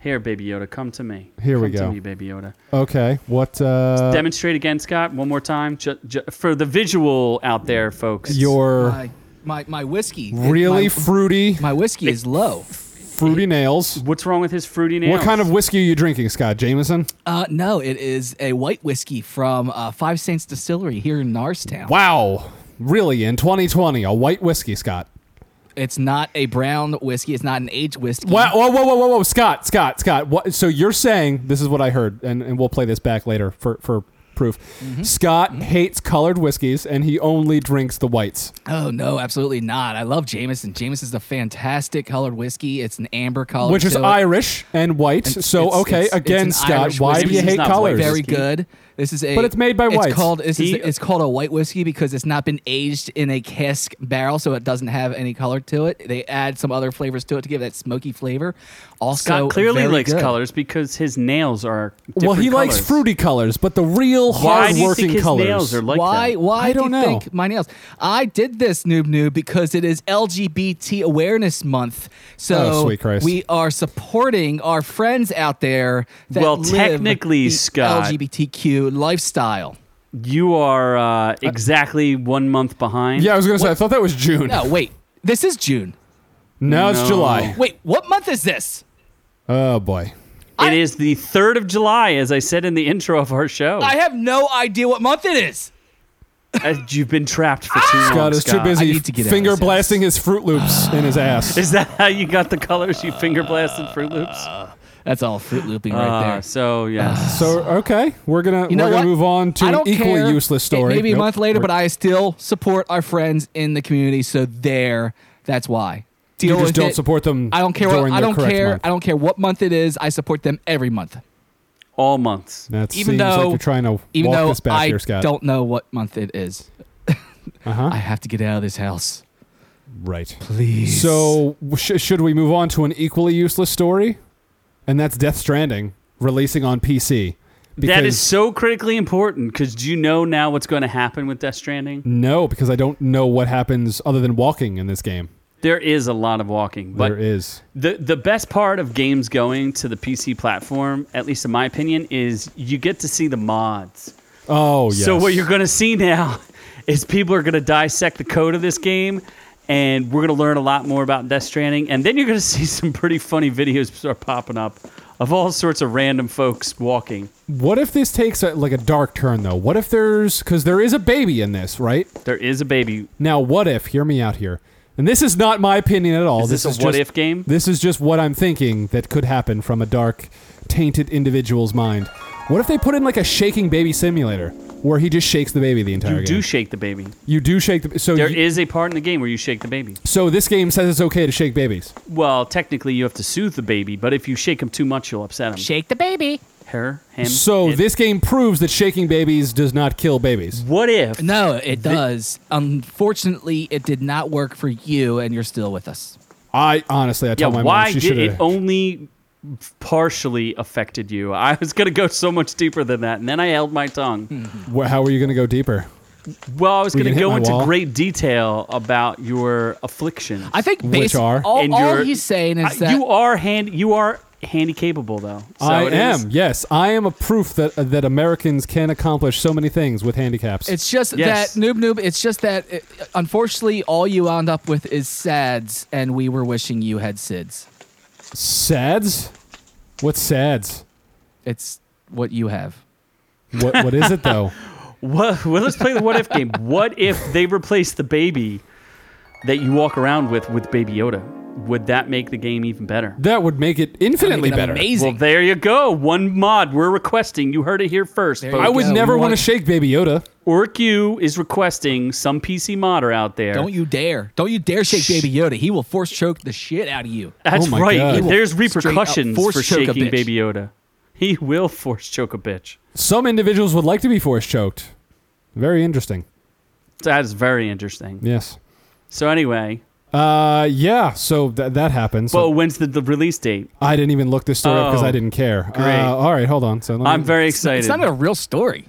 [SPEAKER 1] Here, Baby Yoda, come to me.
[SPEAKER 2] Here we
[SPEAKER 1] Come
[SPEAKER 2] go.
[SPEAKER 1] To me, Baby Yoda.
[SPEAKER 2] Okay, what? Uh,
[SPEAKER 1] Demonstrate again, Scott, one more time, ju- ju- for the visual out there, folks.
[SPEAKER 2] your
[SPEAKER 3] My my, my whiskey.
[SPEAKER 2] really
[SPEAKER 3] My,
[SPEAKER 2] fruity,
[SPEAKER 3] my whiskey is low.
[SPEAKER 2] fruity nails.
[SPEAKER 1] what's wrong with his fruity nails?
[SPEAKER 2] What kind of whiskey are you drinking, Scott Jameson?
[SPEAKER 3] Uh, no, it is a white whiskey from uh, Five Saints Distillery here in Norristown.
[SPEAKER 2] Wow, really? In 2020, a white whiskey, Scott?
[SPEAKER 3] It's not a brown whiskey. It's not an aged whiskey.
[SPEAKER 2] Wow, whoa, whoa, whoa, whoa, whoa, Scott, Scott, Scott. What, so you're saying this is what I heard, and, and we'll play this back later for for proof.
[SPEAKER 1] Mm-hmm.
[SPEAKER 2] Scott hates colored whiskeys and he only drinks the whites.
[SPEAKER 3] Oh no, absolutely not. I love Jameson. Jameson's a fantastic colored whiskey. It's an amber
[SPEAKER 1] Oh,
[SPEAKER 3] color,
[SPEAKER 2] which is
[SPEAKER 3] so it's
[SPEAKER 2] Irish and white.
[SPEAKER 3] It's-
[SPEAKER 2] so
[SPEAKER 3] it's-
[SPEAKER 2] okay,
[SPEAKER 3] it's- it's
[SPEAKER 2] again,
[SPEAKER 3] an
[SPEAKER 2] Scott,
[SPEAKER 3] Irish
[SPEAKER 2] why do
[SPEAKER 3] whiskey.
[SPEAKER 2] you
[SPEAKER 1] It's
[SPEAKER 2] hate
[SPEAKER 1] not white.
[SPEAKER 2] colors?
[SPEAKER 3] Very
[SPEAKER 1] whiskey.
[SPEAKER 3] good. This is a
[SPEAKER 2] But it's made by whites.
[SPEAKER 3] It's called this
[SPEAKER 1] He-
[SPEAKER 3] is, it's called a white whiskey because it's not been aged in a cask barrel, so it doesn't have any color to it. They add some other flavors to it to give that smoky flavor. Also,
[SPEAKER 1] Scott clearly
[SPEAKER 3] very
[SPEAKER 1] likes
[SPEAKER 3] good.
[SPEAKER 1] colors because his nails are.
[SPEAKER 2] well, he
[SPEAKER 1] different
[SPEAKER 2] likes
[SPEAKER 1] colors.
[SPEAKER 2] fruity colors, but the real
[SPEAKER 1] Why do you
[SPEAKER 2] hard-working
[SPEAKER 1] think his
[SPEAKER 2] colors.
[SPEAKER 1] nails are like
[SPEAKER 3] why?
[SPEAKER 1] that?
[SPEAKER 3] Why
[SPEAKER 2] I
[SPEAKER 3] do
[SPEAKER 2] don't
[SPEAKER 3] you
[SPEAKER 2] know.
[SPEAKER 3] think my nails? I did this noob noob because it is LGBT Awareness Month, so
[SPEAKER 2] Oh, sweet Christ.
[SPEAKER 3] we are supporting our friends out there. That
[SPEAKER 1] Well,
[SPEAKER 3] live
[SPEAKER 1] technically,
[SPEAKER 3] the
[SPEAKER 1] Scott-
[SPEAKER 3] LGBTQ lifestyle.
[SPEAKER 1] You are uh, exactly one month behind.
[SPEAKER 2] yeah, I was gonna say. I thought that was June.
[SPEAKER 3] No, wait, this is June.
[SPEAKER 2] No, it's
[SPEAKER 1] No.
[SPEAKER 2] July.
[SPEAKER 3] Wait, what month is this?
[SPEAKER 2] Oh boy.
[SPEAKER 1] It is the 3rd of July, as I said in the intro of our show.
[SPEAKER 3] I have no idea what month it is.
[SPEAKER 1] Uh, You've been trapped for too long.
[SPEAKER 2] God is too busy
[SPEAKER 3] I need to get out of
[SPEAKER 2] finger
[SPEAKER 3] this house.
[SPEAKER 2] blasting his Fruit Loops in his ass.
[SPEAKER 1] Is that how you got the colors? You finger blasted Fruit Loops?
[SPEAKER 2] Uh,
[SPEAKER 3] That's all fruit looping right
[SPEAKER 1] Uh,
[SPEAKER 3] there.
[SPEAKER 1] so, yes.
[SPEAKER 2] So okay, we're gonna
[SPEAKER 3] You know
[SPEAKER 2] we're gonna
[SPEAKER 3] what?
[SPEAKER 2] move on to
[SPEAKER 3] I
[SPEAKER 2] an
[SPEAKER 3] don't
[SPEAKER 2] equally
[SPEAKER 3] care.
[SPEAKER 2] useless
[SPEAKER 3] It
[SPEAKER 2] story.
[SPEAKER 3] may be a
[SPEAKER 2] Nope.
[SPEAKER 3] month later,
[SPEAKER 2] We're-
[SPEAKER 3] but I still support our friends in the community. So there, that's why. Deal
[SPEAKER 2] you just
[SPEAKER 3] with
[SPEAKER 2] don't
[SPEAKER 3] it.
[SPEAKER 2] support them.
[SPEAKER 3] I don't care. What,
[SPEAKER 2] During
[SPEAKER 3] I
[SPEAKER 2] the
[SPEAKER 3] don't
[SPEAKER 2] correct
[SPEAKER 3] care.
[SPEAKER 2] month.
[SPEAKER 3] I don't care what month it is. I support them every month,
[SPEAKER 1] All months.
[SPEAKER 2] That
[SPEAKER 3] even
[SPEAKER 2] seems like
[SPEAKER 3] though-
[SPEAKER 2] you're trying to
[SPEAKER 3] even
[SPEAKER 2] walk
[SPEAKER 3] though
[SPEAKER 2] this back
[SPEAKER 3] I
[SPEAKER 2] here, Scott.
[SPEAKER 3] don't know what month it is.
[SPEAKER 2] Uh-huh.
[SPEAKER 3] I have to get out of this house,
[SPEAKER 2] Right.
[SPEAKER 3] please.
[SPEAKER 2] So sh- should we move on to an equally useless story? And that's Death Stranding releasing on PC.
[SPEAKER 1] That is
[SPEAKER 2] Because-
[SPEAKER 1] so critically important because do you know now what's going to happen with Death Stranding?
[SPEAKER 2] no, because I don't know what happens other than walking in this game.
[SPEAKER 1] There is a lot of walking, but
[SPEAKER 2] there is
[SPEAKER 1] the the best part of games going to the PC platform, at least in my opinion, is you get to see the mods.
[SPEAKER 2] oh yes.
[SPEAKER 1] So what you're going to see now is people are going to dissect the code of this game, and we're going to learn a lot more about Death Stranding, and then you're going to see some pretty funny videos start popping up of all sorts of random folks walking.
[SPEAKER 2] what if this takes a, like a dark turn though? What if there's because there is a baby in this, right?
[SPEAKER 1] There is a baby.
[SPEAKER 2] Now, what if? Hear me out here. And this is not my opinion at all.
[SPEAKER 1] Is this a
[SPEAKER 2] is
[SPEAKER 1] what
[SPEAKER 2] just,
[SPEAKER 1] if game?
[SPEAKER 2] This is just what I'm thinking that could happen from a dark, tainted individual's mind. What if they put in like a shaking baby simulator where he just shakes the baby the entire
[SPEAKER 1] You
[SPEAKER 2] game?
[SPEAKER 1] do shake the baby.
[SPEAKER 2] you do shake the so
[SPEAKER 1] There
[SPEAKER 2] you-
[SPEAKER 1] is a part in the game where you shake the baby.
[SPEAKER 2] so this game says it's okay to shake babies.
[SPEAKER 1] Well, technically you have to soothe the baby, but if you shake him too much, you'll upset him.
[SPEAKER 3] shake the baby.
[SPEAKER 1] Her, him.
[SPEAKER 2] So
[SPEAKER 1] it.
[SPEAKER 2] this game proves that shaking babies does not kill babies.
[SPEAKER 1] What if?
[SPEAKER 3] No, it does. Unfortunately, it did not work for you, and you're still with us.
[SPEAKER 2] I honestly, I
[SPEAKER 1] Yeah,
[SPEAKER 2] told my
[SPEAKER 1] why
[SPEAKER 2] mom she
[SPEAKER 1] did
[SPEAKER 2] should
[SPEAKER 1] it
[SPEAKER 2] have.
[SPEAKER 1] only partially affected you? I was going to go so much deeper than that, and then I held my tongue.
[SPEAKER 3] Hmm.
[SPEAKER 2] How are you going to go deeper?
[SPEAKER 1] Well, I was
[SPEAKER 2] Were you
[SPEAKER 1] going to
[SPEAKER 2] gonna hit
[SPEAKER 1] go
[SPEAKER 2] my
[SPEAKER 1] into
[SPEAKER 2] wall?
[SPEAKER 1] great detail about your afflictions.
[SPEAKER 3] I think
[SPEAKER 2] Which
[SPEAKER 3] basi-
[SPEAKER 2] are?
[SPEAKER 3] all,
[SPEAKER 1] and
[SPEAKER 3] all
[SPEAKER 1] your-
[SPEAKER 3] he's saying is
[SPEAKER 1] I-
[SPEAKER 3] that
[SPEAKER 1] you are hand you are handy capable though. So
[SPEAKER 2] I
[SPEAKER 1] it is-
[SPEAKER 2] am. Yes, I am a proof that uh, that Americans can accomplish so many things with handicaps.
[SPEAKER 3] It's just
[SPEAKER 1] Yes.
[SPEAKER 3] that noob noob. It's just that it, unfortunately, all you wound up with is SADS, and we were wishing you had SIDS.
[SPEAKER 2] Sads? What's sads?
[SPEAKER 3] It's what you have.
[SPEAKER 2] What what is it though?
[SPEAKER 1] What, well, let's play the what if game. What if they replace the baby that you walk around with with Baby Yoda? Would that make the game even better?
[SPEAKER 2] That would make it infinitely
[SPEAKER 3] Make it
[SPEAKER 2] better.
[SPEAKER 3] Amazing.
[SPEAKER 1] Well, there you go. One mod we're requesting. You heard it here first.
[SPEAKER 3] There
[SPEAKER 1] folks.
[SPEAKER 2] I would
[SPEAKER 3] Yeah,
[SPEAKER 2] never
[SPEAKER 3] we
[SPEAKER 2] want to
[SPEAKER 3] want-
[SPEAKER 2] shake Baby Yoda.
[SPEAKER 1] OrQ is requesting some PC modder out there.
[SPEAKER 3] Don't you dare! Don't you dare shake Baby Yoda. He will force choke the shit out of you.
[SPEAKER 1] That's
[SPEAKER 2] Oh my
[SPEAKER 1] right.
[SPEAKER 2] God. He will
[SPEAKER 1] There's
[SPEAKER 3] straight up
[SPEAKER 1] repercussions
[SPEAKER 3] force
[SPEAKER 1] for
[SPEAKER 3] choke a
[SPEAKER 1] shaking
[SPEAKER 3] bitch.
[SPEAKER 1] Baby Yoda. He will force choke a bitch.
[SPEAKER 2] Some individuals would like to be force choked. Very interesting.
[SPEAKER 1] That is very interesting.
[SPEAKER 2] Yes.
[SPEAKER 1] So anyway,
[SPEAKER 2] Uh yeah, so th- that happens.
[SPEAKER 1] but when's the, the release date?
[SPEAKER 2] I didn't even look this story up because
[SPEAKER 1] Oh,
[SPEAKER 2] I didn't care.
[SPEAKER 1] great.
[SPEAKER 2] Uh, all right, hold on. So let me-
[SPEAKER 1] I'm very excited.
[SPEAKER 3] It's not even a real story.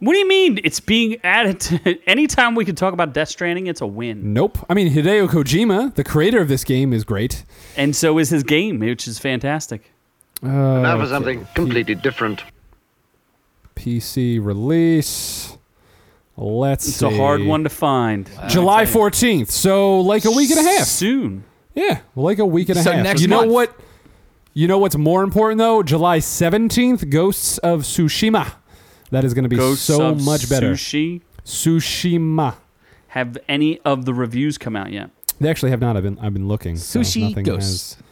[SPEAKER 1] what do you mean? It's being added to anytime we can talk about Death Stranding, it's a win.
[SPEAKER 2] Nope. I mean Hideo Kojima, the creator of this game, is great.
[SPEAKER 1] And so is his game, which is fantastic.
[SPEAKER 2] Uh,
[SPEAKER 5] Now for something completely different.
[SPEAKER 2] PC release. Let's
[SPEAKER 1] It's a hard
[SPEAKER 2] see.
[SPEAKER 1] one to find.
[SPEAKER 2] July 14th. So like a week and a half.
[SPEAKER 1] Soon.
[SPEAKER 2] Yeah, like a week and a
[SPEAKER 3] So
[SPEAKER 2] half.
[SPEAKER 3] next
[SPEAKER 2] you know
[SPEAKER 3] month.
[SPEAKER 2] what? You know what's more important though? July seventeenth, Ghosts of Tsushima. That is going to be
[SPEAKER 1] Ghosts
[SPEAKER 2] so
[SPEAKER 1] of
[SPEAKER 2] much better.
[SPEAKER 1] Sushi.
[SPEAKER 2] Tsushima.
[SPEAKER 1] Have any of the reviews come out yet?
[SPEAKER 2] They actually have not. I've been. I've been looking. so
[SPEAKER 3] Sushi
[SPEAKER 2] nothing
[SPEAKER 3] Ghosts.
[SPEAKER 2] has-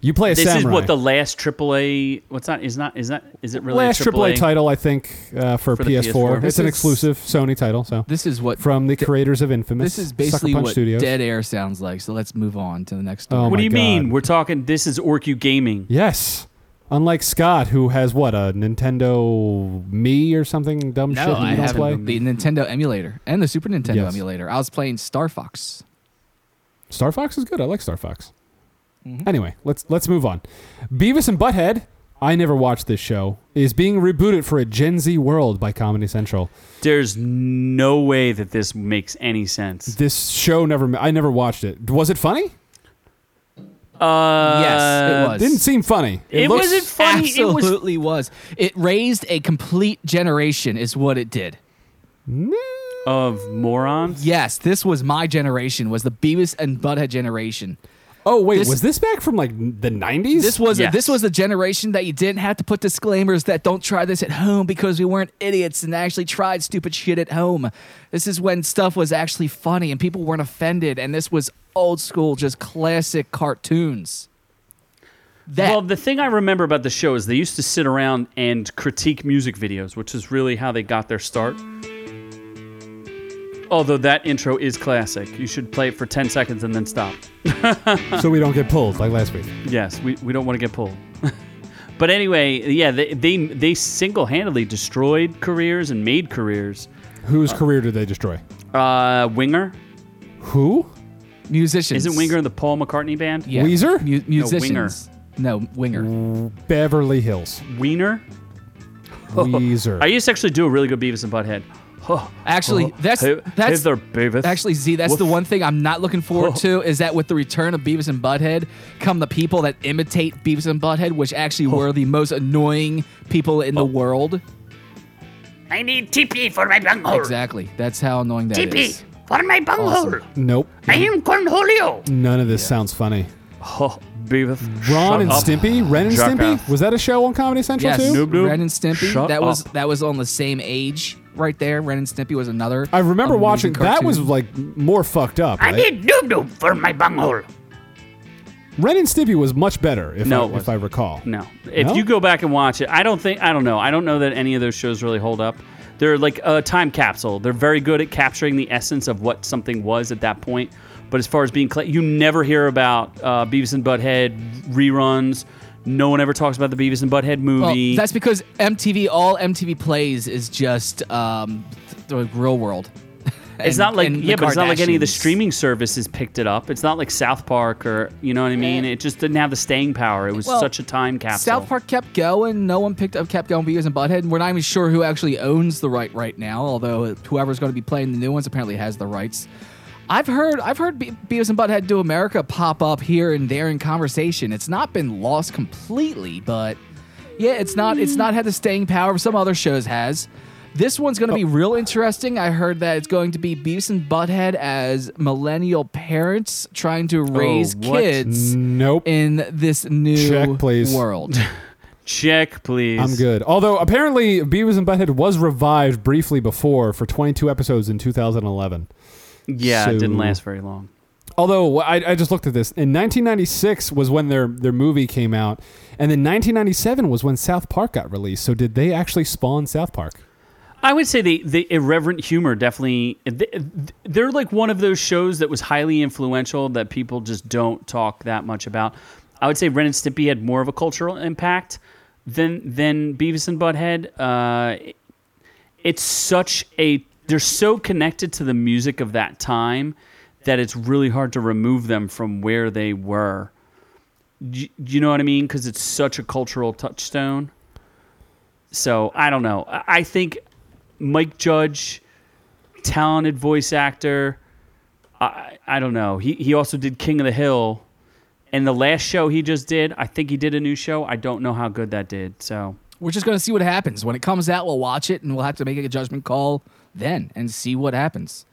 [SPEAKER 2] You play a
[SPEAKER 1] This
[SPEAKER 2] samurai.
[SPEAKER 1] is what the last AAA. What's not? Is not? Is that? Is it really
[SPEAKER 2] last
[SPEAKER 1] a AAA,
[SPEAKER 2] AAA title I think uh, for,
[SPEAKER 1] For the
[SPEAKER 2] PS4.
[SPEAKER 1] PS4.
[SPEAKER 2] It's an
[SPEAKER 3] This is-
[SPEAKER 2] exclusive Sony title, so
[SPEAKER 3] This is what
[SPEAKER 2] from the creators of Infamous.
[SPEAKER 3] this is
[SPEAKER 2] Sucker
[SPEAKER 3] basically
[SPEAKER 2] Punch
[SPEAKER 3] what
[SPEAKER 2] Studios.
[SPEAKER 3] dead air sounds like. So let's move on to the next.
[SPEAKER 2] Oh
[SPEAKER 3] story.
[SPEAKER 1] What
[SPEAKER 2] my
[SPEAKER 1] do you
[SPEAKER 2] God.
[SPEAKER 1] mean? We're talking. This is Orcu Gaming.
[SPEAKER 2] Yes. Unlike Scott, who has what a Nintendo Me or something dumb shit
[SPEAKER 3] no,
[SPEAKER 2] that
[SPEAKER 3] I
[SPEAKER 2] you don't
[SPEAKER 3] have
[SPEAKER 2] play.
[SPEAKER 3] the Nintendo emulator and the Super Nintendo
[SPEAKER 2] Yes.
[SPEAKER 3] emulator. I was playing Star Fox.
[SPEAKER 2] Star Fox is good. I like Star Fox.
[SPEAKER 1] Mm-hmm.
[SPEAKER 2] Anyway, let's let's move on. Beavis and Butthead. I never watched this show. Is being rebooted for a Gen Z world by Comedy Central.
[SPEAKER 1] There's no way that this makes any sense.
[SPEAKER 2] This show never. I never watched it. Was it funny?
[SPEAKER 1] Uh,
[SPEAKER 3] yes, it was.
[SPEAKER 2] Didn't seem funny.
[SPEAKER 1] It
[SPEAKER 2] looks-
[SPEAKER 1] wasn't funny. It was-
[SPEAKER 3] Absolutely was. It raised a complete generation, is what it did.
[SPEAKER 1] Of morons.
[SPEAKER 3] Yes, this was my generation. Was the Beavis and Butthead generation?
[SPEAKER 2] Oh wait,
[SPEAKER 3] This-
[SPEAKER 2] was this back from like n- the nineties?
[SPEAKER 3] This was
[SPEAKER 1] Yes.
[SPEAKER 3] this was the generation that you didn't have to put disclaimers that don't try this at home because we weren't idiots and actually tried stupid shit at home. This is when stuff was actually funny and people weren't offended, and this was old school, just classic cartoons. That
[SPEAKER 1] Well, the thing I remember about the show is they used to sit around and critique music videos, which is really how they got their start. Although that intro is classic. You should play it for 10 seconds and then stop.
[SPEAKER 2] so we don't get pulled like last week.
[SPEAKER 1] Yes, we, we don't want to get pulled. but anyway, yeah, they they, they single handedly destroyed careers and made careers.
[SPEAKER 2] Whose career did they destroy?
[SPEAKER 1] Uh, Winger
[SPEAKER 2] Who?
[SPEAKER 3] musicians
[SPEAKER 1] isn't Winger in the Paul McCartney band?
[SPEAKER 3] yeah.
[SPEAKER 2] Weezer?
[SPEAKER 3] Mu- musicians.
[SPEAKER 1] Winger.
[SPEAKER 3] No, winger.
[SPEAKER 2] Beverly Hills.
[SPEAKER 1] Wiener.
[SPEAKER 2] Weezer.
[SPEAKER 1] I used to actually do a really good Beavis and Butthead. Huh.
[SPEAKER 3] Actually, that's
[SPEAKER 1] Hey-
[SPEAKER 3] that's
[SPEAKER 1] hey there, Beavis.
[SPEAKER 3] Actually, Z, that's the
[SPEAKER 1] Woof.
[SPEAKER 3] one thing I'm not looking forward
[SPEAKER 1] Whoa.
[SPEAKER 3] to is that with the return of Beavis and Butthead come the people that imitate Beavis and Butthead, which actually were the most annoying people in
[SPEAKER 1] Oh.
[SPEAKER 3] the world.
[SPEAKER 6] I need TP for my bunghole.
[SPEAKER 3] Exactly. That's how annoying that is.
[SPEAKER 6] TP for my bunghole.
[SPEAKER 2] nope.
[SPEAKER 6] I am Cornholio.
[SPEAKER 2] None of this sounds funny.
[SPEAKER 1] Huh, Beavis. shut
[SPEAKER 2] Ron and
[SPEAKER 1] up.
[SPEAKER 2] Stimpy? Ren and
[SPEAKER 1] Shut
[SPEAKER 2] Stimpy?
[SPEAKER 1] up.
[SPEAKER 2] Was that a show on Comedy Central
[SPEAKER 3] Yes,
[SPEAKER 2] too?
[SPEAKER 1] Noob Noob.
[SPEAKER 3] Ren and Stimpy.
[SPEAKER 1] Shut
[SPEAKER 3] that was
[SPEAKER 1] up.
[SPEAKER 3] that was on the same age right there. Ren and Stimpy was another.
[SPEAKER 2] I remember
[SPEAKER 3] amazing
[SPEAKER 2] watching that was
[SPEAKER 3] cartoon.
[SPEAKER 2] like more fucked up.
[SPEAKER 6] I
[SPEAKER 2] Right?
[SPEAKER 6] need Noob Noob for my bunghole.
[SPEAKER 2] Ren and Stimpy was much better if,
[SPEAKER 1] No, it
[SPEAKER 2] I, if
[SPEAKER 1] wasn't.
[SPEAKER 2] I recall.
[SPEAKER 1] No. If
[SPEAKER 2] No?
[SPEAKER 1] you go back and watch it, I don't think I don't know. I don't know that any of those shows really hold up. They're like a time capsule. They're very good at capturing the essence of what something was at that point. But as far as being, cla you never hear about uh, Beavis and Butthead reruns. No one ever talks about the Beavis and Butthead movie.
[SPEAKER 3] Well, that's because MTV. All MTV plays is just um, the real world.
[SPEAKER 1] it's
[SPEAKER 3] And-
[SPEAKER 1] not like
[SPEAKER 3] and the
[SPEAKER 1] yeah, but it's not like any of the
[SPEAKER 3] Kardashians.
[SPEAKER 1] streaming services picked it up. It's not like South Park or you know what I mean. It just didn't have the staying power. It was
[SPEAKER 3] Eh. Well,
[SPEAKER 1] such a time capsule.
[SPEAKER 3] South Park kept going. No one picked up kept going. Beavis and Butthead. And we're not even sure who actually owns the right right now. Although whoever's going to be playing the new ones apparently has the rights. I've heard I've heard Be- Beavis and Butthead Do America pop up here and there in conversation. It's not been lost completely, but yeah, it's not it's not had the staying power some other shows has. This one's going to be real interesting. I heard that it's going to be Beavis and Butthead as millennial parents trying to raise
[SPEAKER 1] what?
[SPEAKER 3] kids
[SPEAKER 2] Nope.
[SPEAKER 3] in this new
[SPEAKER 2] Check, please.
[SPEAKER 3] world.
[SPEAKER 1] Check, please.
[SPEAKER 2] I'm good. Although apparently Beavis and Butthead was revived briefly before for 22 episodes in 2011.
[SPEAKER 1] Yeah, it didn't
[SPEAKER 2] So-
[SPEAKER 1] last very long.
[SPEAKER 2] Although I, I just looked at this in 1996 was when their their movie came out, and then 1997 was when South Park got released. So did they actually spawn South Park?
[SPEAKER 1] I would say the the irreverent humor definitely th- they're like one of those shows that was highly influential that people just don't talk that much about. I would say Ren and Stimpy had more of a cultural impact than than Beavis and Butthead. Uh, it's such a they're so connected to the music of that time that it's really hard to remove them from where they were. Y- you know what I mean? Because it's such a cultural touchstone. So I don't know. I I think Mike Judge, talented voice actor. I I don't know. He he also did King of the Hill, and the last show he just did. I think he did a new show. I don't know how good that did. So
[SPEAKER 3] We're just going to see what happens. When it comes out, we'll watch it and we'll have to make a judgment call then and see what happens.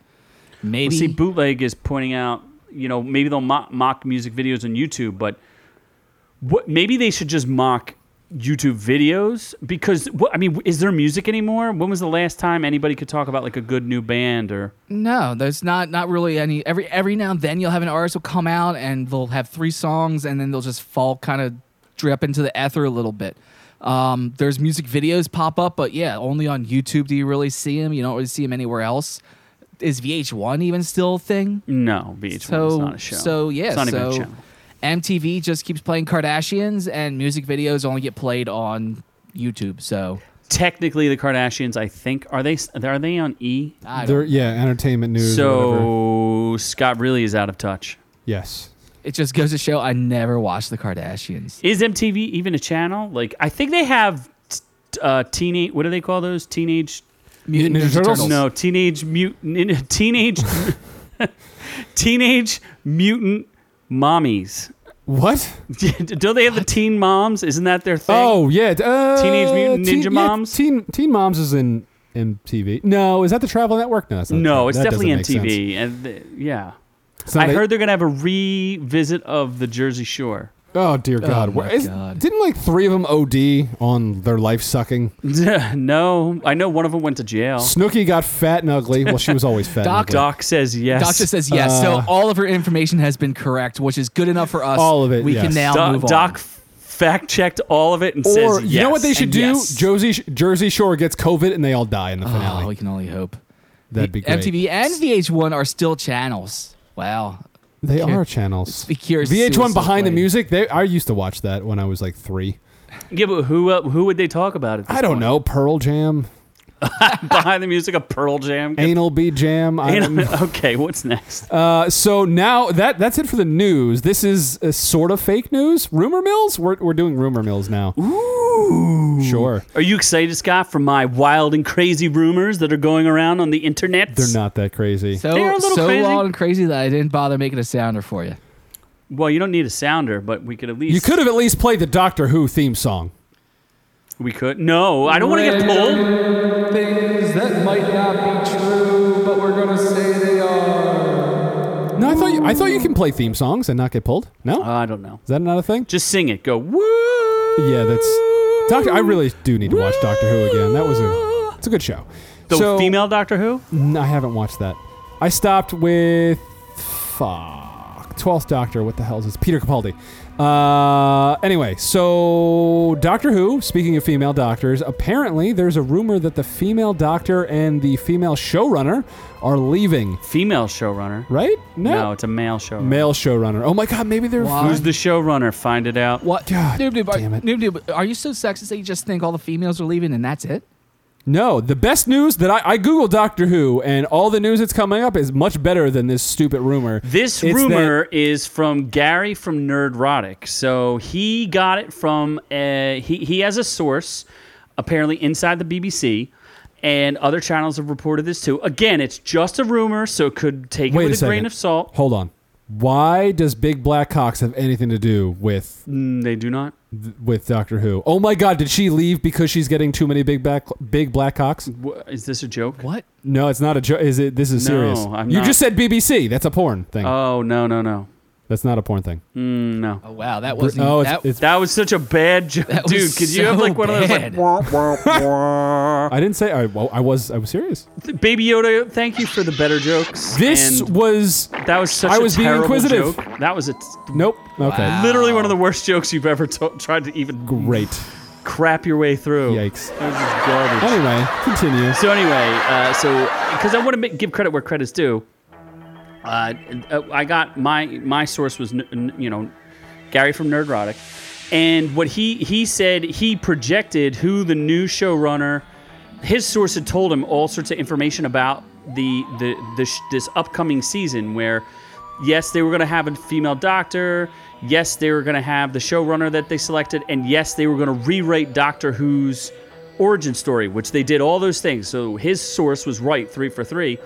[SPEAKER 3] Maybe
[SPEAKER 1] Well, see, bootleg is pointing out, you know, maybe they'll mock, mock music videos on YouTube, but what? Maybe they should just mock YouTube videos because what I mean, is there music anymore? When was the last time anybody could talk about like a good new band or
[SPEAKER 3] No, there's not not really any. Every every now and then you'll have an artist will come out and they'll have three songs and then they'll just fall kind of drip into the ether a little bit. Um, there's music videos pop up, but yeah, only on YouTube do you really see them. You don't really see them anywhere else. Is VH1 even still a thing?
[SPEAKER 1] no? VH1 is
[SPEAKER 3] So
[SPEAKER 1] not a show.
[SPEAKER 3] so yeah,
[SPEAKER 1] it's not
[SPEAKER 3] so
[SPEAKER 1] even a channel.
[SPEAKER 3] MTV just keeps playing Kardashians and music videos only get played on YouTube. So
[SPEAKER 1] Technically, the Kardashians, I think, are they are they on E?
[SPEAKER 3] I don't,
[SPEAKER 2] There, yeah, entertainment news. or
[SPEAKER 1] So
[SPEAKER 2] whatever.
[SPEAKER 1] Scott really is out of touch.
[SPEAKER 2] yes,
[SPEAKER 3] it just goes to show I never watched the Kardashians.
[SPEAKER 1] Is MTV even a channel? Like, I think they have t- uh, teenage. What do they call those? Teenage
[SPEAKER 3] Mutant
[SPEAKER 2] Ninja
[SPEAKER 3] Ninja
[SPEAKER 2] Turtles?
[SPEAKER 3] Turtles.
[SPEAKER 1] No, teenage mutant, teenage, teenage mutant mommies.
[SPEAKER 2] what?
[SPEAKER 1] Don't they have the teen moms? Isn't that their thing?
[SPEAKER 2] Oh yeah, d- uh,
[SPEAKER 1] Teenage Mutant
[SPEAKER 2] teen-
[SPEAKER 1] Ninja
[SPEAKER 2] yeah,
[SPEAKER 1] Moms?
[SPEAKER 2] teen Teen Moms is in MTV. No, is that the Travel Network? No, it's not
[SPEAKER 1] no, it's
[SPEAKER 2] That doesn't
[SPEAKER 1] definitely
[SPEAKER 2] make sense.
[SPEAKER 1] MTV. And th- yeah,
[SPEAKER 2] It's not
[SPEAKER 1] I
[SPEAKER 2] a-
[SPEAKER 1] heard they're gonna have a revisit of the Jersey Shore.
[SPEAKER 2] Oh dear God!
[SPEAKER 3] my
[SPEAKER 2] Wh- is-
[SPEAKER 3] God.
[SPEAKER 2] Didn't like three of them OD on their life sucking?
[SPEAKER 1] no, I know one of them went to jail.
[SPEAKER 2] Snooki got fat and ugly. Well, she was always fat.
[SPEAKER 3] Oh. Doc-
[SPEAKER 2] and ugly.
[SPEAKER 1] Doc says yes.
[SPEAKER 3] Doc just says yes. so all of her information has been correct, which is good enough for us.
[SPEAKER 2] Uh, All of it,
[SPEAKER 3] We
[SPEAKER 2] yes.
[SPEAKER 3] can now
[SPEAKER 1] Doc,
[SPEAKER 3] move on.
[SPEAKER 1] Doc fact checked all of it and
[SPEAKER 2] Or
[SPEAKER 1] says yes.
[SPEAKER 2] you know what they should
[SPEAKER 3] and
[SPEAKER 2] do?
[SPEAKER 3] yes.
[SPEAKER 2] Jersey Jersey Shore gets COVID and they all die in the
[SPEAKER 3] oh, we
[SPEAKER 2] finale.
[SPEAKER 3] can only hope.
[SPEAKER 2] That'd be great.
[SPEAKER 3] MTV and VH1 are still channels. Wow.
[SPEAKER 2] They are channels.
[SPEAKER 3] be curious to see
[SPEAKER 2] VH1
[SPEAKER 3] what's
[SPEAKER 2] behind the
[SPEAKER 3] played.
[SPEAKER 2] music. They I used to watch that when I was like three.
[SPEAKER 1] Yeah, but who uh, who would they talk about? At this
[SPEAKER 2] I don't
[SPEAKER 1] point?
[SPEAKER 2] know Pearl Jam,
[SPEAKER 1] Behind the music of Pearl Jam.
[SPEAKER 2] Anal Bead Jam. I don't know.
[SPEAKER 1] okay, what's next?
[SPEAKER 2] Uh, so now that that's it for the news. This is uh, sort of fake news. Rumor mills. We're we're doing rumor mills now. Ooh, sure.
[SPEAKER 1] Are you excited, Scott, for my wild and crazy rumors that are going around on the internet?
[SPEAKER 2] They're not that crazy.
[SPEAKER 3] So
[SPEAKER 1] They're a little
[SPEAKER 3] so
[SPEAKER 1] crazy.
[SPEAKER 3] wild and crazy that I didn't bother making a sounder for you.
[SPEAKER 1] Well, you don't need a sounder, but we could at least
[SPEAKER 2] you could have at least played the Doctor Who theme song.
[SPEAKER 1] We could. No, I don't want to get pulled.
[SPEAKER 3] Things that might not be true, but we're gonna say they are.
[SPEAKER 2] No, I thought you, I thought you can play theme songs and not get pulled. No,
[SPEAKER 1] I don't know.
[SPEAKER 2] is that another thing?
[SPEAKER 1] Just sing it. Go woo.
[SPEAKER 2] Yeah, that's Doctor. I really do need to watch Doctor Who again. That was a it's a good show.
[SPEAKER 1] The
[SPEAKER 2] so,
[SPEAKER 1] female Doctor Who.
[SPEAKER 2] N- I haven't watched that. I stopped with fuck Twelfth Doctor. What the hell is this? Peter Capaldi. Uh, anyway, so Doctor Who. Speaking of female doctors, apparently there's a rumor that the female doctor and the female showrunner are leaving.
[SPEAKER 1] Female showrunner.
[SPEAKER 2] Right?
[SPEAKER 1] No, it's a male showrunner.
[SPEAKER 2] male showrunner. Oh my God, maybe they're.
[SPEAKER 3] Why?
[SPEAKER 1] Who's the showrunner? Find it out.
[SPEAKER 3] What?
[SPEAKER 2] God
[SPEAKER 3] Noob Noob, are,
[SPEAKER 2] damn it.
[SPEAKER 3] Noob Noob, are you so sexist that you just think all the females are leaving and that's it?
[SPEAKER 2] No, the best news that I, I Google Doctor Who, and all the news that's coming up is much better than this stupid rumor.
[SPEAKER 1] This
[SPEAKER 2] It's
[SPEAKER 1] rumor is from Gary from Nerdrotic. So he got it from uh he he has a source apparently inside the BBC and other channels have reported this too. Again, it's just a rumor, so it could take
[SPEAKER 2] that- Wait
[SPEAKER 1] it
[SPEAKER 2] a,
[SPEAKER 1] with a,
[SPEAKER 2] second.
[SPEAKER 1] grain of salt.
[SPEAKER 2] Hold on. Why does Big Black Cox have anything to do with
[SPEAKER 1] Mm, they do not.
[SPEAKER 2] with Doctor Who? Oh my God, did she leave because she's getting too many big back big black cocks?
[SPEAKER 1] Wha- Is this a joke?
[SPEAKER 3] What?
[SPEAKER 2] No, it's not a joke. Is it? This is
[SPEAKER 1] No,
[SPEAKER 2] serious.
[SPEAKER 1] I'm
[SPEAKER 2] you
[SPEAKER 1] not.
[SPEAKER 2] just said BBC. That's a porn thing.
[SPEAKER 1] Oh no no no
[SPEAKER 2] that's not a porn thing.
[SPEAKER 1] Mm, no.
[SPEAKER 3] Oh wow, that wasn't.
[SPEAKER 2] oh, it's,
[SPEAKER 3] that,
[SPEAKER 2] it's.
[SPEAKER 1] That was such a bad joke,
[SPEAKER 3] that was
[SPEAKER 1] dude. Could you have
[SPEAKER 3] so
[SPEAKER 1] like one of those like
[SPEAKER 3] bad.
[SPEAKER 2] I didn't say. I, well, I was. I was serious.
[SPEAKER 1] Baby Yoda? Thank you for the better jokes.
[SPEAKER 2] This
[SPEAKER 1] And
[SPEAKER 2] was.
[SPEAKER 1] that was such
[SPEAKER 2] I
[SPEAKER 1] a
[SPEAKER 2] was being
[SPEAKER 1] terrible
[SPEAKER 2] inquisitive.
[SPEAKER 1] joke. That was a t-
[SPEAKER 2] Nope. Okay.
[SPEAKER 3] Wow.
[SPEAKER 1] Literally one of the worst jokes you've ever to- tried to even
[SPEAKER 2] Great.
[SPEAKER 1] crap your way through.
[SPEAKER 2] Yikes.
[SPEAKER 1] That was just garbage.
[SPEAKER 2] Anyway, continue.
[SPEAKER 1] So anyway, uh, so because I want to make, give credit where credit's due, uh, uh, I got my my source was n- n- you know Gary from Nerdrotic, and what he he said he projected who the new showrunner. His source had told him all sorts of information about the the, the sh- this upcoming season where. Yes, they were going to have a female doctor. Yes, they were going to have the showrunner that they selected. And yes, they were going to rewrite Doctor Who's origin story, which they did all those things. So his source was right, three for three.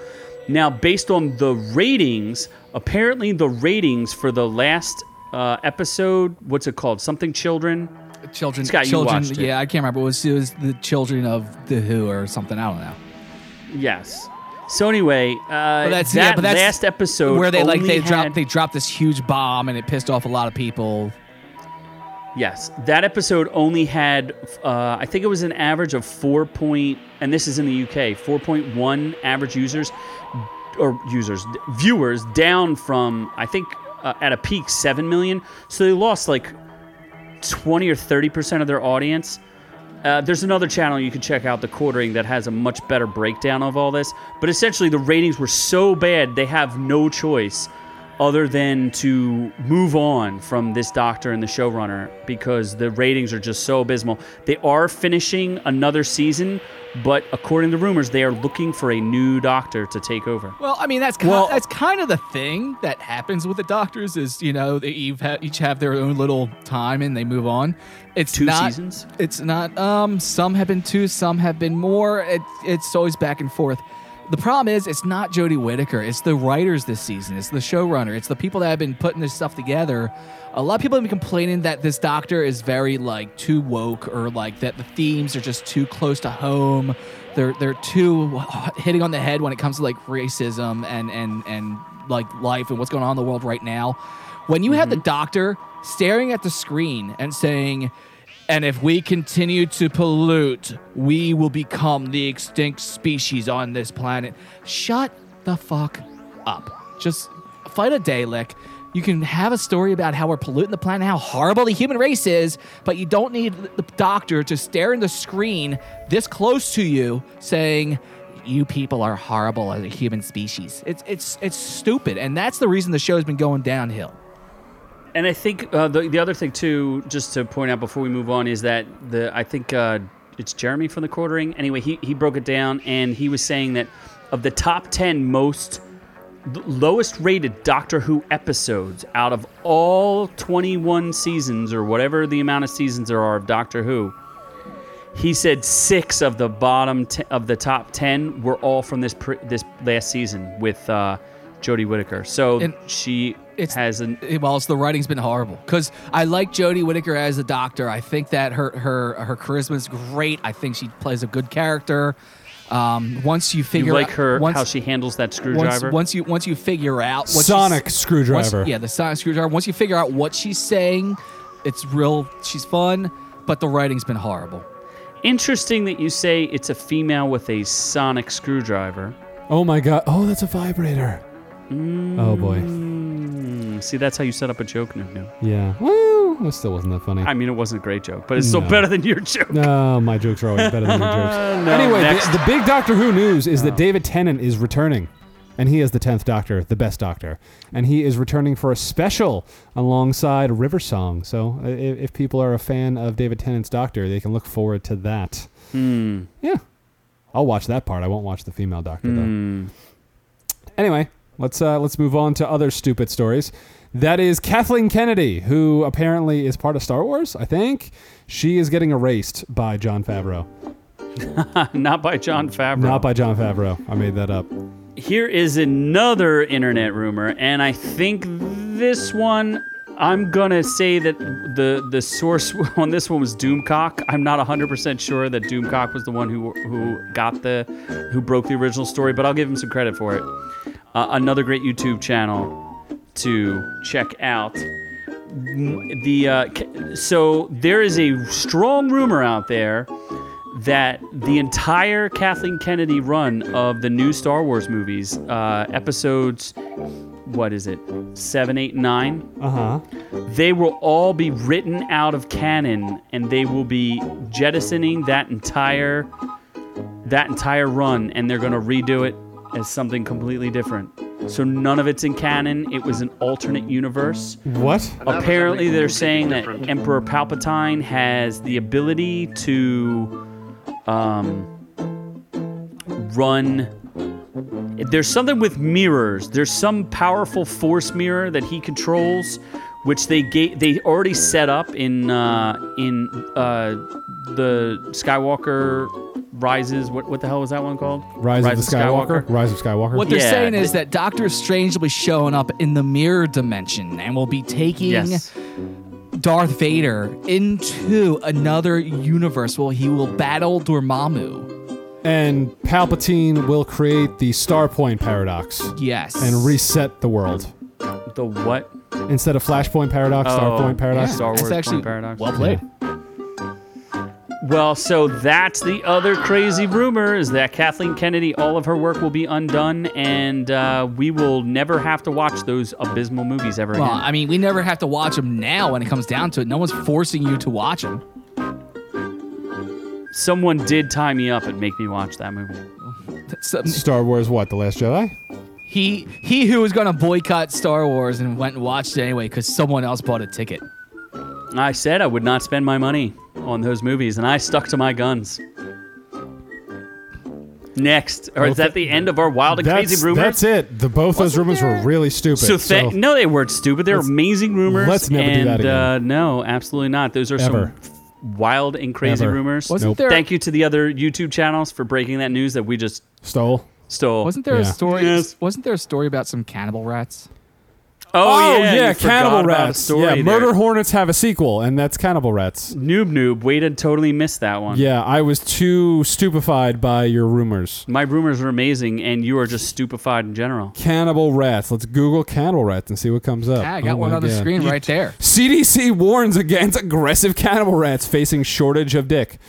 [SPEAKER 1] Now, based on the ratings, apparently the ratings for the last uh, episode, what's it called? Something Children?
[SPEAKER 3] children.
[SPEAKER 1] Scott, you
[SPEAKER 3] children.
[SPEAKER 1] watched it.
[SPEAKER 3] yeah, I can't remember. It was, it was the children of the Who or something. I don't know.
[SPEAKER 1] Yes. So anyway, uh,
[SPEAKER 3] that's-
[SPEAKER 1] that
[SPEAKER 3] yeah, but that's
[SPEAKER 1] last episode
[SPEAKER 3] where they like
[SPEAKER 1] only
[SPEAKER 3] they
[SPEAKER 1] had-
[SPEAKER 3] dropped they dropped this huge bomb and it pissed off a lot of people.
[SPEAKER 1] Yes, that episode only had, uh, I think it was an average of four point, and this is in the UK, four point one average users, or users viewers down from I think uh, at a peak seven million. So they lost like twenty or thirty percent of their audience. Uh, there's another channel you can check out, The Quartering, that has a much better breakdown of all this. But essentially, the ratings were so bad they have no choice other than to move on from this doctor and the showrunner because the ratings are just so abysmal. They are finishing another season, but according to rumors, they are looking for a new doctor to take over.
[SPEAKER 3] Well, I mean that's kind
[SPEAKER 2] Well-
[SPEAKER 3] that's kind of the thing that happens with the doctors is you know they each have, each have their own little time and they move on. It's
[SPEAKER 1] Two
[SPEAKER 3] not-
[SPEAKER 1] seasons?
[SPEAKER 3] It's not. Um, some have been two, some have been more. It, it's always back and forth. The problem is it's not Jodie Whittaker. It's the writers this season. It's the showrunner. It's the people that have been putting this stuff together. A lot of people have been complaining that this doctor is very like too woke or like that the themes are just too close to home. They're they're too hitting on the head when it comes to like racism and and and like life and what's going on in the world right now. When you have the doctor staring at the screen and saying, and if we continue to pollute, we will become the extinct species on this planet. Shut the fuck up. Just fight a Dalek. You can have a story about how we're polluting the planet, how horrible the human race is, but you don't need the doctor to stare in the screen this close to you saying, you people are horrible as a human species. It's it's it's stupid, and that's the reason the show's been going downhill.
[SPEAKER 1] And I think uh, the, the other thing too, just to point out before we move on, is that the I think uh, it's Jeremy from the Quartering. Anyway, he he broke it down and he was saying that of the top ten most l- lowest rated Doctor Who episodes out of all 21 seasons or whatever the amount of seasons there are of Doctor Who, he said six of the bottom t- of the top 10 were all from this pr- this last season with uh, Jodie Whittaker. So
[SPEAKER 3] And
[SPEAKER 1] she.
[SPEAKER 3] it's-
[SPEAKER 1] has an
[SPEAKER 3] it- well, it's the writing's been horrible. Because I like Jodie Whittaker as a doctor. I think that her her her charisma is great. I think she plays a good character. Um, once you figure
[SPEAKER 1] You like
[SPEAKER 3] out,
[SPEAKER 1] her
[SPEAKER 3] once,
[SPEAKER 1] how she handles that
[SPEAKER 3] once,
[SPEAKER 1] screwdriver.
[SPEAKER 3] once you once you figure out what she's-
[SPEAKER 2] Sonic screwdriver.
[SPEAKER 3] once- yeah, the sonic screwdriver. Once you figure out what she's saying, it's real. She's fun, but the writing's been horrible.
[SPEAKER 1] Interesting that you say it's a female with a sonic screwdriver.
[SPEAKER 2] Oh my god. Oh, that's a vibrator. Oh boy.
[SPEAKER 1] Mm, see, that's how you set up a joke, Nuke.
[SPEAKER 2] Yeah. Well, that still wasn't that funny.
[SPEAKER 1] I mean, it wasn't a great joke, but it's
[SPEAKER 2] No.
[SPEAKER 1] still better than your joke.
[SPEAKER 2] No, my jokes are always better than your jokes. anyway,
[SPEAKER 1] next.
[SPEAKER 2] the, the big Doctor Who news is that David Tennant is returning. And he is the 10th Doctor, the best Doctor. And he is returning for a special alongside River Song. So uh, i- if, if people are a fan of David Tennant's Doctor, they can look forward to that. Yeah. I'll watch that part. I won't watch the female Doctor, though. Anyway, let's, uh, let's move on to other stupid stories. That is Kathleen Kennedy, who apparently is part of Star Wars, I think. She is getting erased by John Favreau.
[SPEAKER 1] Not by John Favreau.
[SPEAKER 2] Not by John Favreau. I made that up.
[SPEAKER 1] Here is another internet rumor, and I think this one. I'm gonna say that the the source on this one was Doomcock. I'm not 100% sure that Doomcock was the one who who got the who broke the original story, but I'll give him some credit for it. Uh, another great YouTube channel to check out the uh, ca- so there is a strong rumor out there that the entire Kathleen Kennedy run of the new Star Wars movies, uh, episodes, what is it, seven, eight, nine,
[SPEAKER 2] Uh huh.
[SPEAKER 1] they will all be written out of canon, and they will be jettisoning that entire that entire run, and they're going to redo it as something completely different. So none of it's in canon. It was an alternate universe.
[SPEAKER 2] What?
[SPEAKER 5] That was
[SPEAKER 1] Apparently,
[SPEAKER 5] something
[SPEAKER 1] they're
[SPEAKER 5] completely
[SPEAKER 1] saying that
[SPEAKER 5] different.
[SPEAKER 1] Emperor Palpatine has the ability to um, run. There's something with mirrors. There's some powerful force mirror that he controls, which they ga- they already set up in uh, in uh, the Skywalker Rises. What what the hell was that one called?
[SPEAKER 2] Rise, of the Skywalker? Rise of Skywalker.
[SPEAKER 3] What they're
[SPEAKER 1] Yeah.
[SPEAKER 3] saying is that Doctor Strange will be showing up in the mirror dimension and will be taking
[SPEAKER 1] Yes.
[SPEAKER 3] Darth Vader into another universe where he will battle Dormammu.
[SPEAKER 2] and Palpatine will create the Star Point paradox
[SPEAKER 3] Yes.
[SPEAKER 2] and reset the world.
[SPEAKER 1] The what?
[SPEAKER 2] instead of Flashpoint Paradox,
[SPEAKER 1] Oh,
[SPEAKER 2] Starpoint Paradox.
[SPEAKER 1] Star Wars
[SPEAKER 3] That's actually
[SPEAKER 1] Point Paradox.
[SPEAKER 3] well played.
[SPEAKER 1] Well, so that's the other crazy rumor is that Kathleen Kennedy, all of her work will be undone, and uh, we will never have to watch those abysmal movies ever
[SPEAKER 3] Well,
[SPEAKER 1] again.
[SPEAKER 3] I mean, we never have to watch them now when it comes down to it. No one's forcing you to watch them.
[SPEAKER 1] Someone did tie me up and make me watch that movie.
[SPEAKER 2] Star Wars, what? The Last Jedi?
[SPEAKER 3] He he who was going to boycott Star Wars and went and watched it anyway because someone else bought a ticket.
[SPEAKER 1] I said I would not spend my money on those movies, and I stuck to my guns. Next, or is that the end of our wild and
[SPEAKER 2] That's,
[SPEAKER 1] crazy rumors?
[SPEAKER 2] that's it. The both those rumors were really stupid.
[SPEAKER 1] So, tha- no, they weren't stupid. They're
[SPEAKER 2] Let's-
[SPEAKER 1] amazing rumors.
[SPEAKER 2] let's never do
[SPEAKER 1] and,
[SPEAKER 2] that again.
[SPEAKER 1] Uh, no, absolutely not. Those are
[SPEAKER 2] Ever.
[SPEAKER 1] some f- wild and crazy
[SPEAKER 2] Ever.
[SPEAKER 1] rumors.
[SPEAKER 3] Wasn't
[SPEAKER 2] Nope.
[SPEAKER 3] there?
[SPEAKER 1] Thank you to the other YouTube channels for breaking that news that we just
[SPEAKER 2] stole.
[SPEAKER 1] stole.
[SPEAKER 3] Wasn't there
[SPEAKER 2] Yeah.
[SPEAKER 3] a story?
[SPEAKER 1] Yes.
[SPEAKER 3] Wasn't there a story about some cannibal rats?
[SPEAKER 1] Oh, yeah, you forgot
[SPEAKER 2] Cannibal
[SPEAKER 1] about a
[SPEAKER 2] Rats.
[SPEAKER 1] story
[SPEAKER 2] Yeah,
[SPEAKER 1] there.
[SPEAKER 2] Murder Hornets have a sequel, and that's Cannibal Rats.
[SPEAKER 1] Noob noob. Way to totally miss that one.
[SPEAKER 2] Yeah, I was too stupefied by your rumors.
[SPEAKER 1] My rumors are amazing, and you are just stupefied in general.
[SPEAKER 2] Cannibal Rats. Let's Google Cannibal Rats and see what comes up.
[SPEAKER 3] Yeah, I
[SPEAKER 2] Oh
[SPEAKER 3] got one
[SPEAKER 2] my
[SPEAKER 3] on the
[SPEAKER 2] God.
[SPEAKER 3] screen right there.
[SPEAKER 2] CDC warns against aggressive cannibal rats facing shortage of dick.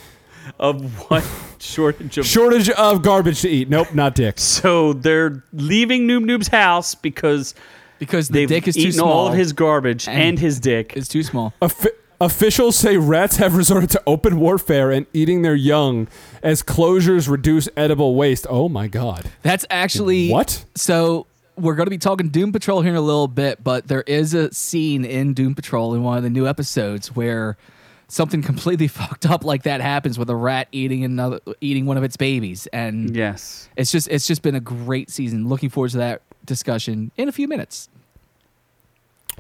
[SPEAKER 1] Of what shortage of
[SPEAKER 2] Shortage of garbage to eat. Nope, not dick.
[SPEAKER 1] So they're leaving Noob Noob's house because
[SPEAKER 3] Because the
[SPEAKER 1] they've
[SPEAKER 3] dick is too
[SPEAKER 1] eaten
[SPEAKER 3] small.
[SPEAKER 1] all of his garbage and,
[SPEAKER 3] and-
[SPEAKER 1] his dick.
[SPEAKER 3] It's too small.
[SPEAKER 2] Offi- officials say rats have resorted to open warfare and eating their young as closures reduce edible waste. Oh my god.
[SPEAKER 3] That's actually
[SPEAKER 2] What?
[SPEAKER 3] So we're going to be talking Doom Patrol here in a little bit, but there is a scene in Doom Patrol in one of the new episodes where something completely fucked up like that happens with a rat eating another eating one of its babies, and
[SPEAKER 1] Yes.
[SPEAKER 3] it's just it's just been a great season. Looking forward to that discussion in a few minutes.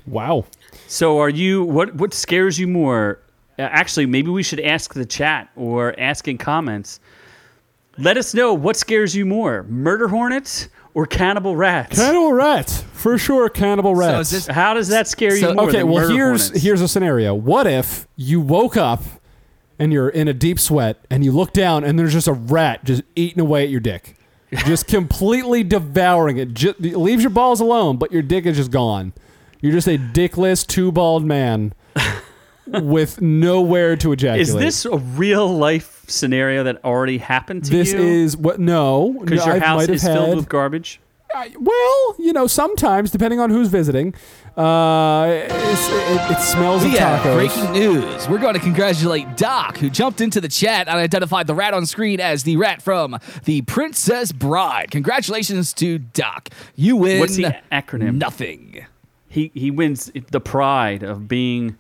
[SPEAKER 2] Wow.
[SPEAKER 1] So are you? What what scares you more? Uh, actually, maybe we should ask the chat or ask in comments. Let us know what scares you more: murder hornets or cannibal rats.
[SPEAKER 2] Cannibal rats. For sure cannibal rats.
[SPEAKER 3] this-
[SPEAKER 1] How does that scare you
[SPEAKER 3] So-
[SPEAKER 1] more?
[SPEAKER 2] okay,
[SPEAKER 1] than
[SPEAKER 2] well
[SPEAKER 1] murder
[SPEAKER 2] here's
[SPEAKER 1] hornets?
[SPEAKER 2] here's a scenario. What if you woke up and you're in a deep sweat and you look down and there's just a rat just eating away at your dick. Just completely devouring it. Just, it leaves your balls alone, but your dick is just gone. You're just a dickless, two-balled man with nowhere to ejaculate.
[SPEAKER 1] Is this a real life scenario that already happened to
[SPEAKER 2] This
[SPEAKER 1] you?
[SPEAKER 2] is what? No,
[SPEAKER 1] because
[SPEAKER 2] no,
[SPEAKER 1] your
[SPEAKER 2] I
[SPEAKER 1] house
[SPEAKER 2] might have
[SPEAKER 1] is filled
[SPEAKER 2] had-
[SPEAKER 1] with garbage.
[SPEAKER 2] I- well, you know, sometimes depending on who's visiting, uh, it's, it, it smells of
[SPEAKER 3] Yeah,
[SPEAKER 2] tacos.
[SPEAKER 3] breaking news. We're going to congratulate Doc, who jumped into the chat and identified the rat on screen as the rat from The Princess Bride. Congratulations to Doc. You win
[SPEAKER 1] What's the acronym?
[SPEAKER 3] nothing.
[SPEAKER 1] he he wins the pride of being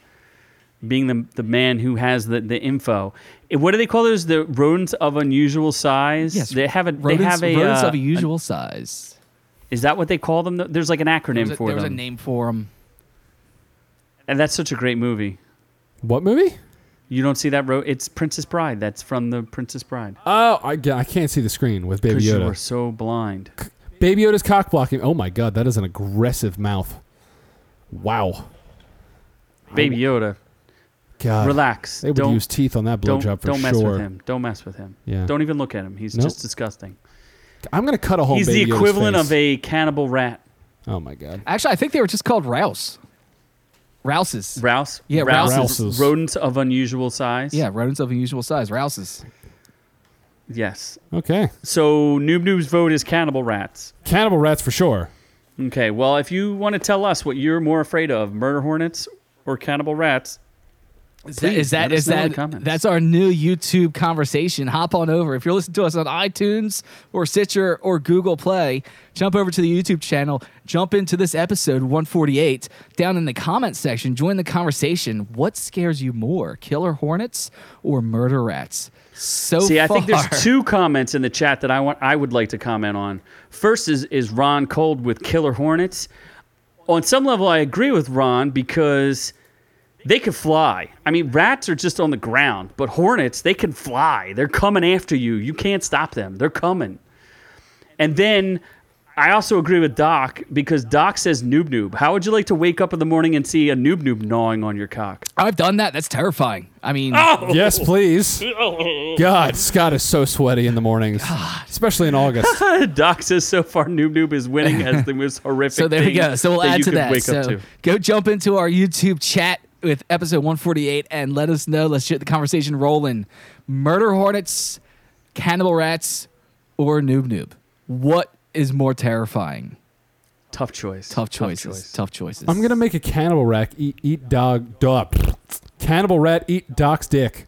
[SPEAKER 1] being the the man who has the the info. Eh, What do they call those? The rodents of unusual size.
[SPEAKER 3] Yes,
[SPEAKER 1] they have a
[SPEAKER 3] rodents,
[SPEAKER 1] they have a,
[SPEAKER 3] rodents
[SPEAKER 1] uh,
[SPEAKER 3] of a usual size.
[SPEAKER 1] Is that what they call them? Th- There's like an acronym
[SPEAKER 3] There was, a,
[SPEAKER 1] for
[SPEAKER 3] there was a
[SPEAKER 1] them.
[SPEAKER 3] name for them.
[SPEAKER 1] And that's such a great movie.
[SPEAKER 2] What movie?
[SPEAKER 1] You don't see that ro It's Princess Bride. That's from the Princess Bride.
[SPEAKER 2] Oh, I, I can't see the screen with Baby
[SPEAKER 1] Because you
[SPEAKER 2] Yoda.
[SPEAKER 1] are so blind.
[SPEAKER 2] Baby Yoda's cock blocking. Oh my god, that is an aggressive mouth. Wow.
[SPEAKER 1] Baby Yoda,
[SPEAKER 2] God.
[SPEAKER 1] relax.
[SPEAKER 2] uh, They would
[SPEAKER 1] don't
[SPEAKER 2] use teeth on that
[SPEAKER 1] don't,
[SPEAKER 2] blowjob for
[SPEAKER 1] don't mess
[SPEAKER 2] sure.
[SPEAKER 1] with him. Don't mess with him.
[SPEAKER 2] Yeah.
[SPEAKER 1] Don't even look at him. He's
[SPEAKER 2] Nope.
[SPEAKER 1] just disgusting.
[SPEAKER 2] I'm gonna cut a whole.
[SPEAKER 1] He's the
[SPEAKER 2] Baby Yoda's
[SPEAKER 1] equivalent
[SPEAKER 2] face.
[SPEAKER 1] of a cannibal rat.
[SPEAKER 2] Oh my god.
[SPEAKER 3] Actually, I think they were just called Rouse. Rouses.
[SPEAKER 1] Rouse?
[SPEAKER 3] Yeah,
[SPEAKER 1] Rouse is
[SPEAKER 2] Rouses.
[SPEAKER 1] Rodents of unusual size.
[SPEAKER 3] yeah, rodents of unusual size. Rouses.
[SPEAKER 1] Yes.
[SPEAKER 2] Okay.
[SPEAKER 1] So Noob Noob's vote is cannibal rats.
[SPEAKER 2] Cannibal rats for sure.
[SPEAKER 1] Okay. Well, if you want to tell us what you're more afraid of, murder hornets or cannibal rats,
[SPEAKER 3] Is that is that,
[SPEAKER 1] let us
[SPEAKER 3] is
[SPEAKER 1] know in the
[SPEAKER 3] that
[SPEAKER 1] comments.
[SPEAKER 3] that's our new YouTube conversation. Hop on over. If you're listening to us on iTunes or Stitcher or Google Play, jump over to the YouTube channel, jump into this episode 148. Down in the comments section, join the conversation. What scares you more, killer hornets or murder rats? So
[SPEAKER 1] See,
[SPEAKER 3] far,
[SPEAKER 1] I think there's two comments in the chat that I want I would like to comment on. First is is Ron Cold with Killer Hornets. On some level I agree with Ron because they can fly. I mean, rats are just on the ground, but hornets, they can fly. They're coming after you. You can't stop them. They're coming. And then I also agree with Doc because Doc says noob noob. How would you like to wake up in the morning and see a noob noob gnawing on your cock?
[SPEAKER 3] I've done that. That's terrifying. I mean,
[SPEAKER 1] Oh,
[SPEAKER 2] Yes, please. God, Scott is so sweaty in the mornings, especially in August.
[SPEAKER 1] Doc says so far Noob Noob is winning as the most horrific.
[SPEAKER 3] so there we
[SPEAKER 1] thing
[SPEAKER 3] go. So we'll
[SPEAKER 1] that
[SPEAKER 3] add
[SPEAKER 1] you
[SPEAKER 3] to
[SPEAKER 1] could
[SPEAKER 3] that.
[SPEAKER 1] Wake
[SPEAKER 3] so
[SPEAKER 1] up to.
[SPEAKER 3] go jump into our YouTube chat with episode 148 and let us know. Let's get the conversation rolling. Murder hornets, cannibal rats, or noob noob. What is more terrifying?
[SPEAKER 1] Tough choice.
[SPEAKER 3] Tough choices. Tough, choices.
[SPEAKER 2] I'm gonna make a cannibal rat eat eat dog dog. Cannibal rat eat Doc's dick.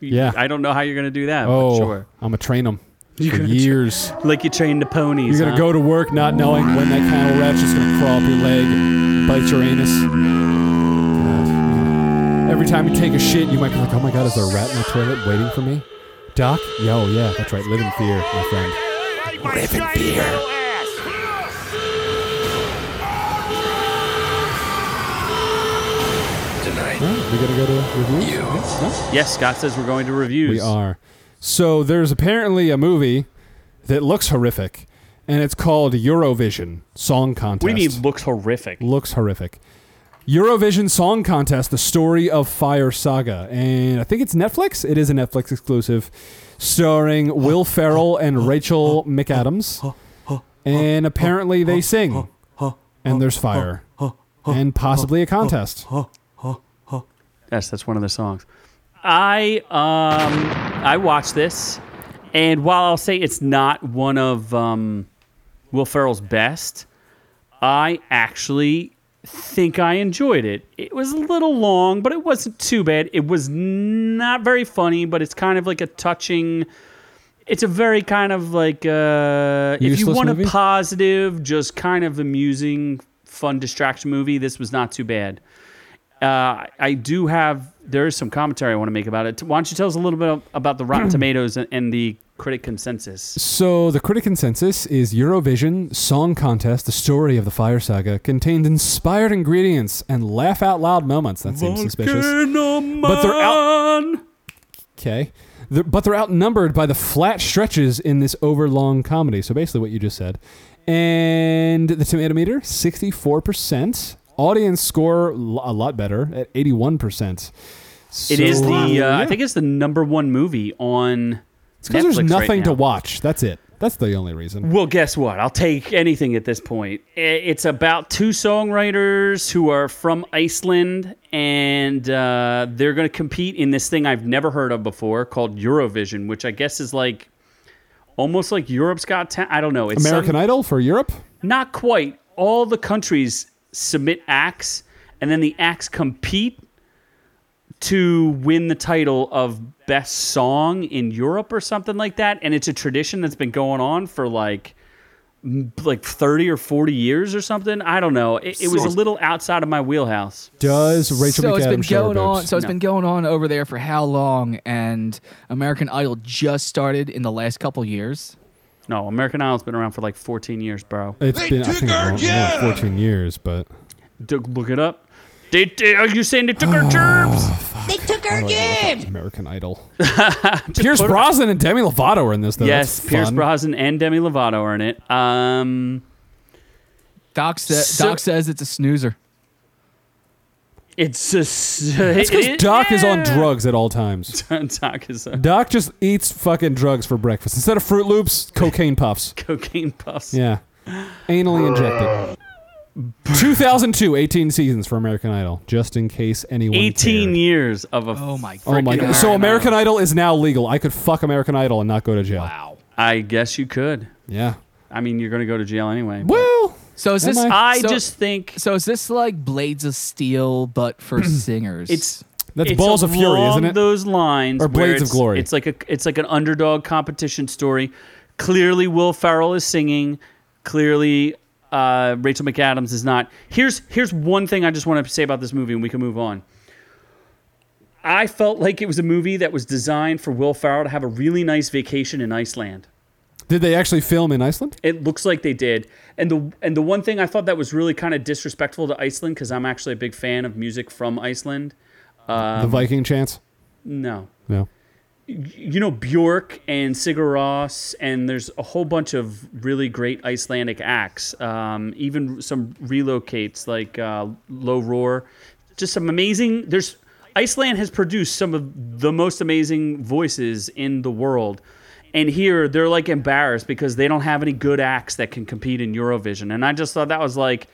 [SPEAKER 2] yeah.
[SPEAKER 1] I don't know how you're gonna do that.
[SPEAKER 2] oh,
[SPEAKER 1] But sure.
[SPEAKER 2] I'm gonna train him for years.
[SPEAKER 1] Like you train the ponies.
[SPEAKER 2] You're gonna
[SPEAKER 1] huh?
[SPEAKER 2] go to work not knowing when that cannibal rat's just gonna crawl up your leg, and bite your anus. God. Every time you take a shit, you might be like, "Oh my god, is there a rat in the toilet waiting for me?" Doc, yo, yeah, that's right. Live in fear, my friend. Huh? we gonna go to review.
[SPEAKER 1] Yes, Scott says we're going to reviews.
[SPEAKER 2] We are. So there's apparently a movie that looks horrific, and it's called Eurovision Song Contest.
[SPEAKER 1] What do you mean looks horrific?
[SPEAKER 2] looks horrific. Eurovision Song Contest: The Story of Fire Saga, and I think it's Netflix. It is a Netflix exclusive, starring Will Ferrell and Rachel McAdams. And apparently they sing, and there's fire, and possibly a contest.
[SPEAKER 1] Yes, that's one of the songs. I um I watched this, and while I'll say it's not one of um, Will Ferrell's best, I actually think I enjoyed it. It was a little long, but it wasn't too bad. It was not very funny, but it's kind of like a touching. It's a very kind of like uh, if you
[SPEAKER 2] Useless
[SPEAKER 1] want
[SPEAKER 2] movie?
[SPEAKER 1] a positive, just kind of amusing, fun distraction movie. This was not too bad uh, I do have there is some commentary I want to make about it. Why don't you tell us a little bit about the Rotten Tomatoes and, and the critic consensus?
[SPEAKER 2] So the critic consensus is Eurovision Song Contest: The Story of the Fire Saga contained inspired ingredients and laugh out loud moments. That seems suspicious.
[SPEAKER 1] But
[SPEAKER 2] they're Okay, They're- but they're outnumbered by the flat stretches in this overlong comedy. So basically, what you just said. And the tomato meter, sixty-four percent. Audience score l- a lot better at eighty-one percent.
[SPEAKER 1] It is the uh, I think it's the number one movie on Netflix
[SPEAKER 2] there's nothing
[SPEAKER 1] right now.
[SPEAKER 2] to watch. That's it. That's the only reason.
[SPEAKER 1] Well, guess what? I'll take anything at this point. I- It's about two songwriters who are from Iceland, and uh, they're going to compete in this thing I've never heard of before called Eurovision, which I guess is like almost like Europe's Got Talent. I don't know. It's
[SPEAKER 2] American
[SPEAKER 1] some-
[SPEAKER 2] Idol for Europe.
[SPEAKER 1] not quite. All the countries submit acts, and then the acts compete to win the title of best song in Europe or something like that. And it's a tradition that's been going on for like m- like 30 or 40 years or something. I don't know. It, it was a little outside of my wheelhouse.
[SPEAKER 2] Does Rachel
[SPEAKER 3] so
[SPEAKER 2] McAdams
[SPEAKER 3] it's been
[SPEAKER 2] show her
[SPEAKER 3] going on.
[SPEAKER 2] boobs?
[SPEAKER 3] So it's
[SPEAKER 1] No.
[SPEAKER 3] been going on over there for how long? And American Idol just started in the last couple years.
[SPEAKER 1] No, American Idol's been around for like 14 years, bro.
[SPEAKER 2] It's been I think more, more 14 years, but
[SPEAKER 1] D- look it up. They, they- are you saying they took
[SPEAKER 2] Ah,
[SPEAKER 1] our germs?
[SPEAKER 7] They took our game.
[SPEAKER 2] American Idol. Pierce Brosnan and Demi Lovato are in this though.
[SPEAKER 1] yes,
[SPEAKER 2] That's
[SPEAKER 1] Pierce
[SPEAKER 2] fun.
[SPEAKER 1] Brosnan and Demi Lovato are in it. Um,
[SPEAKER 3] Doc, sa-
[SPEAKER 1] So-
[SPEAKER 3] Doc says it's a snoozer.
[SPEAKER 1] It's just
[SPEAKER 2] That's because Doc is on drugs at all times.
[SPEAKER 1] Doc is on
[SPEAKER 2] Doc just eats fucking drugs for breakfast instead of Fruit Loops, cocaine puffs.
[SPEAKER 1] cocaine puffs.
[SPEAKER 2] Yeah, anally injected. 2002, 18 seasons for American Idol. Just in case anyone.
[SPEAKER 1] 18
[SPEAKER 2] cared.
[SPEAKER 1] years of a.
[SPEAKER 3] Oh my god.
[SPEAKER 2] Oh my god! So American Idol is now legal. I could fuck American Idol and not go to jail.
[SPEAKER 3] Wow.
[SPEAKER 1] I guess you could.
[SPEAKER 2] Yeah.
[SPEAKER 1] I mean, you're going to go to jail anyway. but-
[SPEAKER 2] Well,
[SPEAKER 3] So is
[SPEAKER 2] Am
[SPEAKER 3] this?
[SPEAKER 2] I-
[SPEAKER 1] I
[SPEAKER 3] so-
[SPEAKER 1] just think
[SPEAKER 3] So is this like Blades of Steel, but for singers?
[SPEAKER 1] it's.
[SPEAKER 2] that's
[SPEAKER 1] it's
[SPEAKER 2] balls of fury,
[SPEAKER 1] along
[SPEAKER 2] isn't it?
[SPEAKER 1] Those lines
[SPEAKER 2] Or
[SPEAKER 1] where
[SPEAKER 2] Blades of
[SPEAKER 1] it's-
[SPEAKER 2] Glory.
[SPEAKER 1] It's like a it's like an underdog competition story. Clearly, Will Farrell is singing. Clearly, uh, Rachel McAdams is not. Here's here's one thing I just want to say about this movie, and we can move on. I felt like it was a movie that was designed for Will Farrell to have a really nice vacation in Iceland.
[SPEAKER 2] Did they actually film in Iceland?
[SPEAKER 1] It looks like they did. And the and the one thing I thought that was really kind of disrespectful to Iceland because I'm actually a big fan of music from Iceland.
[SPEAKER 2] the Viking chance?
[SPEAKER 1] No.
[SPEAKER 2] No.
[SPEAKER 1] you know Bjork and Sigur Rós, and there's a whole bunch of really great Icelandic acts. Um, even some relocates like uh, Low Roar, just some amazing. There's Iceland has produced some of the most amazing voices in the world, and here they're like embarrassed because they don't have any good acts that can compete in Eurovision. And I just thought that was like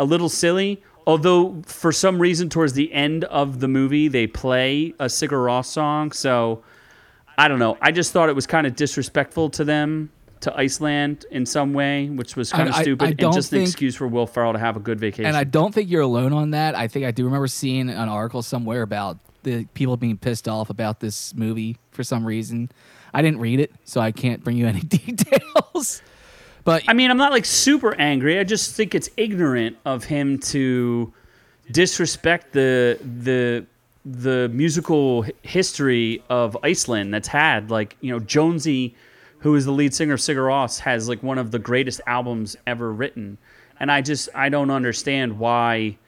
[SPEAKER 1] a little silly. Although for some reason towards the end of the movie they play a Sigur Rós song, so. I don't know. I just thought it was kind of disrespectful to them, to Iceland in some way, which was kind
[SPEAKER 3] And
[SPEAKER 1] of
[SPEAKER 3] I-
[SPEAKER 1] stupid
[SPEAKER 3] I
[SPEAKER 1] and
[SPEAKER 3] don't
[SPEAKER 1] just an
[SPEAKER 3] think-
[SPEAKER 1] excuse for Will Ferrell to have a good vacation.
[SPEAKER 3] And I don't think you're alone on that. I think I do remember seeing an article somewhere about the people being pissed off about this movie for some reason. I didn't read it, so I can't bring you any details. But
[SPEAKER 1] I mean, I'm not like super angry. I just think it's ignorant of him to disrespect the the the musical h- history of Iceland that's had like, you know, Jonesy who is the lead singer of Sigur Rós has like one of the greatest albums ever written. And I just I don't understand why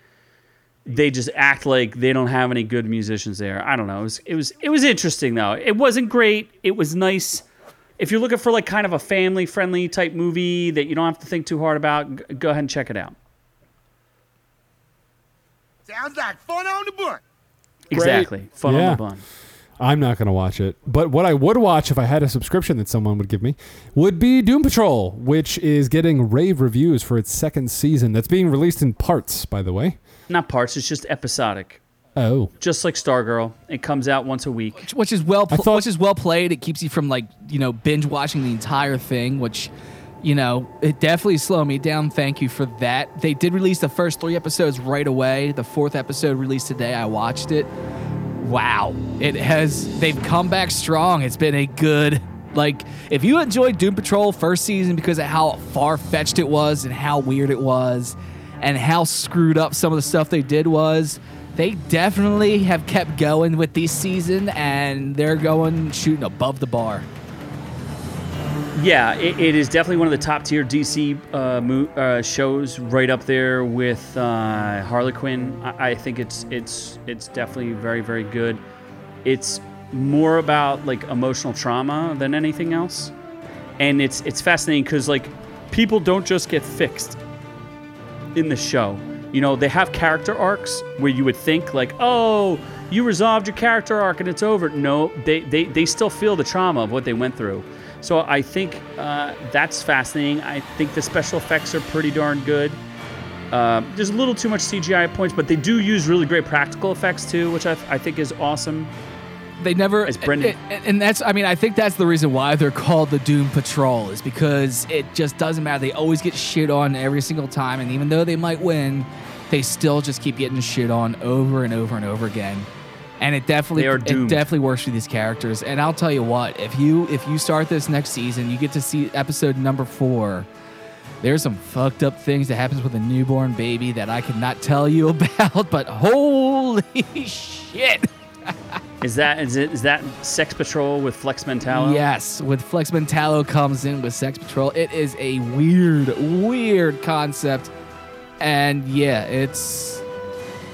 [SPEAKER 1] they just act like they don't have any good musicians there. I don't know. It was it was it was interesting though. It wasn't great. It was nice if you're looking for like kind of a family friendly type movie that you don't have to think too hard about, g- go ahead and check it out.
[SPEAKER 4] Sounds like fun on the book.
[SPEAKER 1] Exactly. Fun on
[SPEAKER 2] Yeah.
[SPEAKER 1] the bun.
[SPEAKER 2] I'm not going to watch it. But what I would watch if I had a subscription that someone would give me would be Doom Patrol, which is getting rave reviews for its second season. That's being released in parts, by the way.
[SPEAKER 1] Not parts, it's just episodic.
[SPEAKER 2] Oh.
[SPEAKER 1] Just like Stargirl. It comes out once a week.
[SPEAKER 3] which is well,
[SPEAKER 2] thought-
[SPEAKER 3] which is well played. It keeps you from like you know binge watching the entire thing, which you know it definitely slowed me down. Thank you for that. They did release the first three episodes right away. The fourth episode released today. I watched it. Wow, it has. They've come back strong. It's been a good. Like, if you enjoyed Doom Patrol first season because of how far fetched it was and how weird it was, and how screwed up some of the stuff they did was, they definitely have kept going with this season and they're going shooting above the bar.
[SPEAKER 1] Yeah, it, it is definitely one of the top tier DC uh, mo- uh, shows, right up there with uh, Harlequin. I, I think it's it's it's definitely very very good. It's more about like emotional trauma than anything else, and it's it's fascinating because like people don't just get fixed in the show. You know, they have character arcs where you would think like, oh, you resolved your character arc and it's over. No, they they, they still feel the trauma of what they went through. So I think uh, that's fascinating. I think the special effects are pretty darn good. Uh, there's a little too much CGI at points, but they do use really great practical effects too, which I, I think is awesome.
[SPEAKER 3] They never.
[SPEAKER 1] It's Brendan.
[SPEAKER 3] And, and that's, I mean, I think that's the reason why they're called the Doom Patrol, is because it just doesn't matter. They always get shit on every single time. And even though they might win, they still just keep getting shit on over and over and over again. And it definitely
[SPEAKER 1] They are
[SPEAKER 3] it
[SPEAKER 1] doomed.
[SPEAKER 3] definitely works for these characters. And I'll tell you what, if you if you start this next season, you get to see episode number four. There's some fucked up things that happens with a newborn baby that I could not tell you about, but holy shit.
[SPEAKER 1] Is that is it is that Sex Patrol with Flex Mentallo?
[SPEAKER 3] Yes, with Flex Mentallo comes in with Sex Patrol. It is a weird, weird concept, and yeah, it's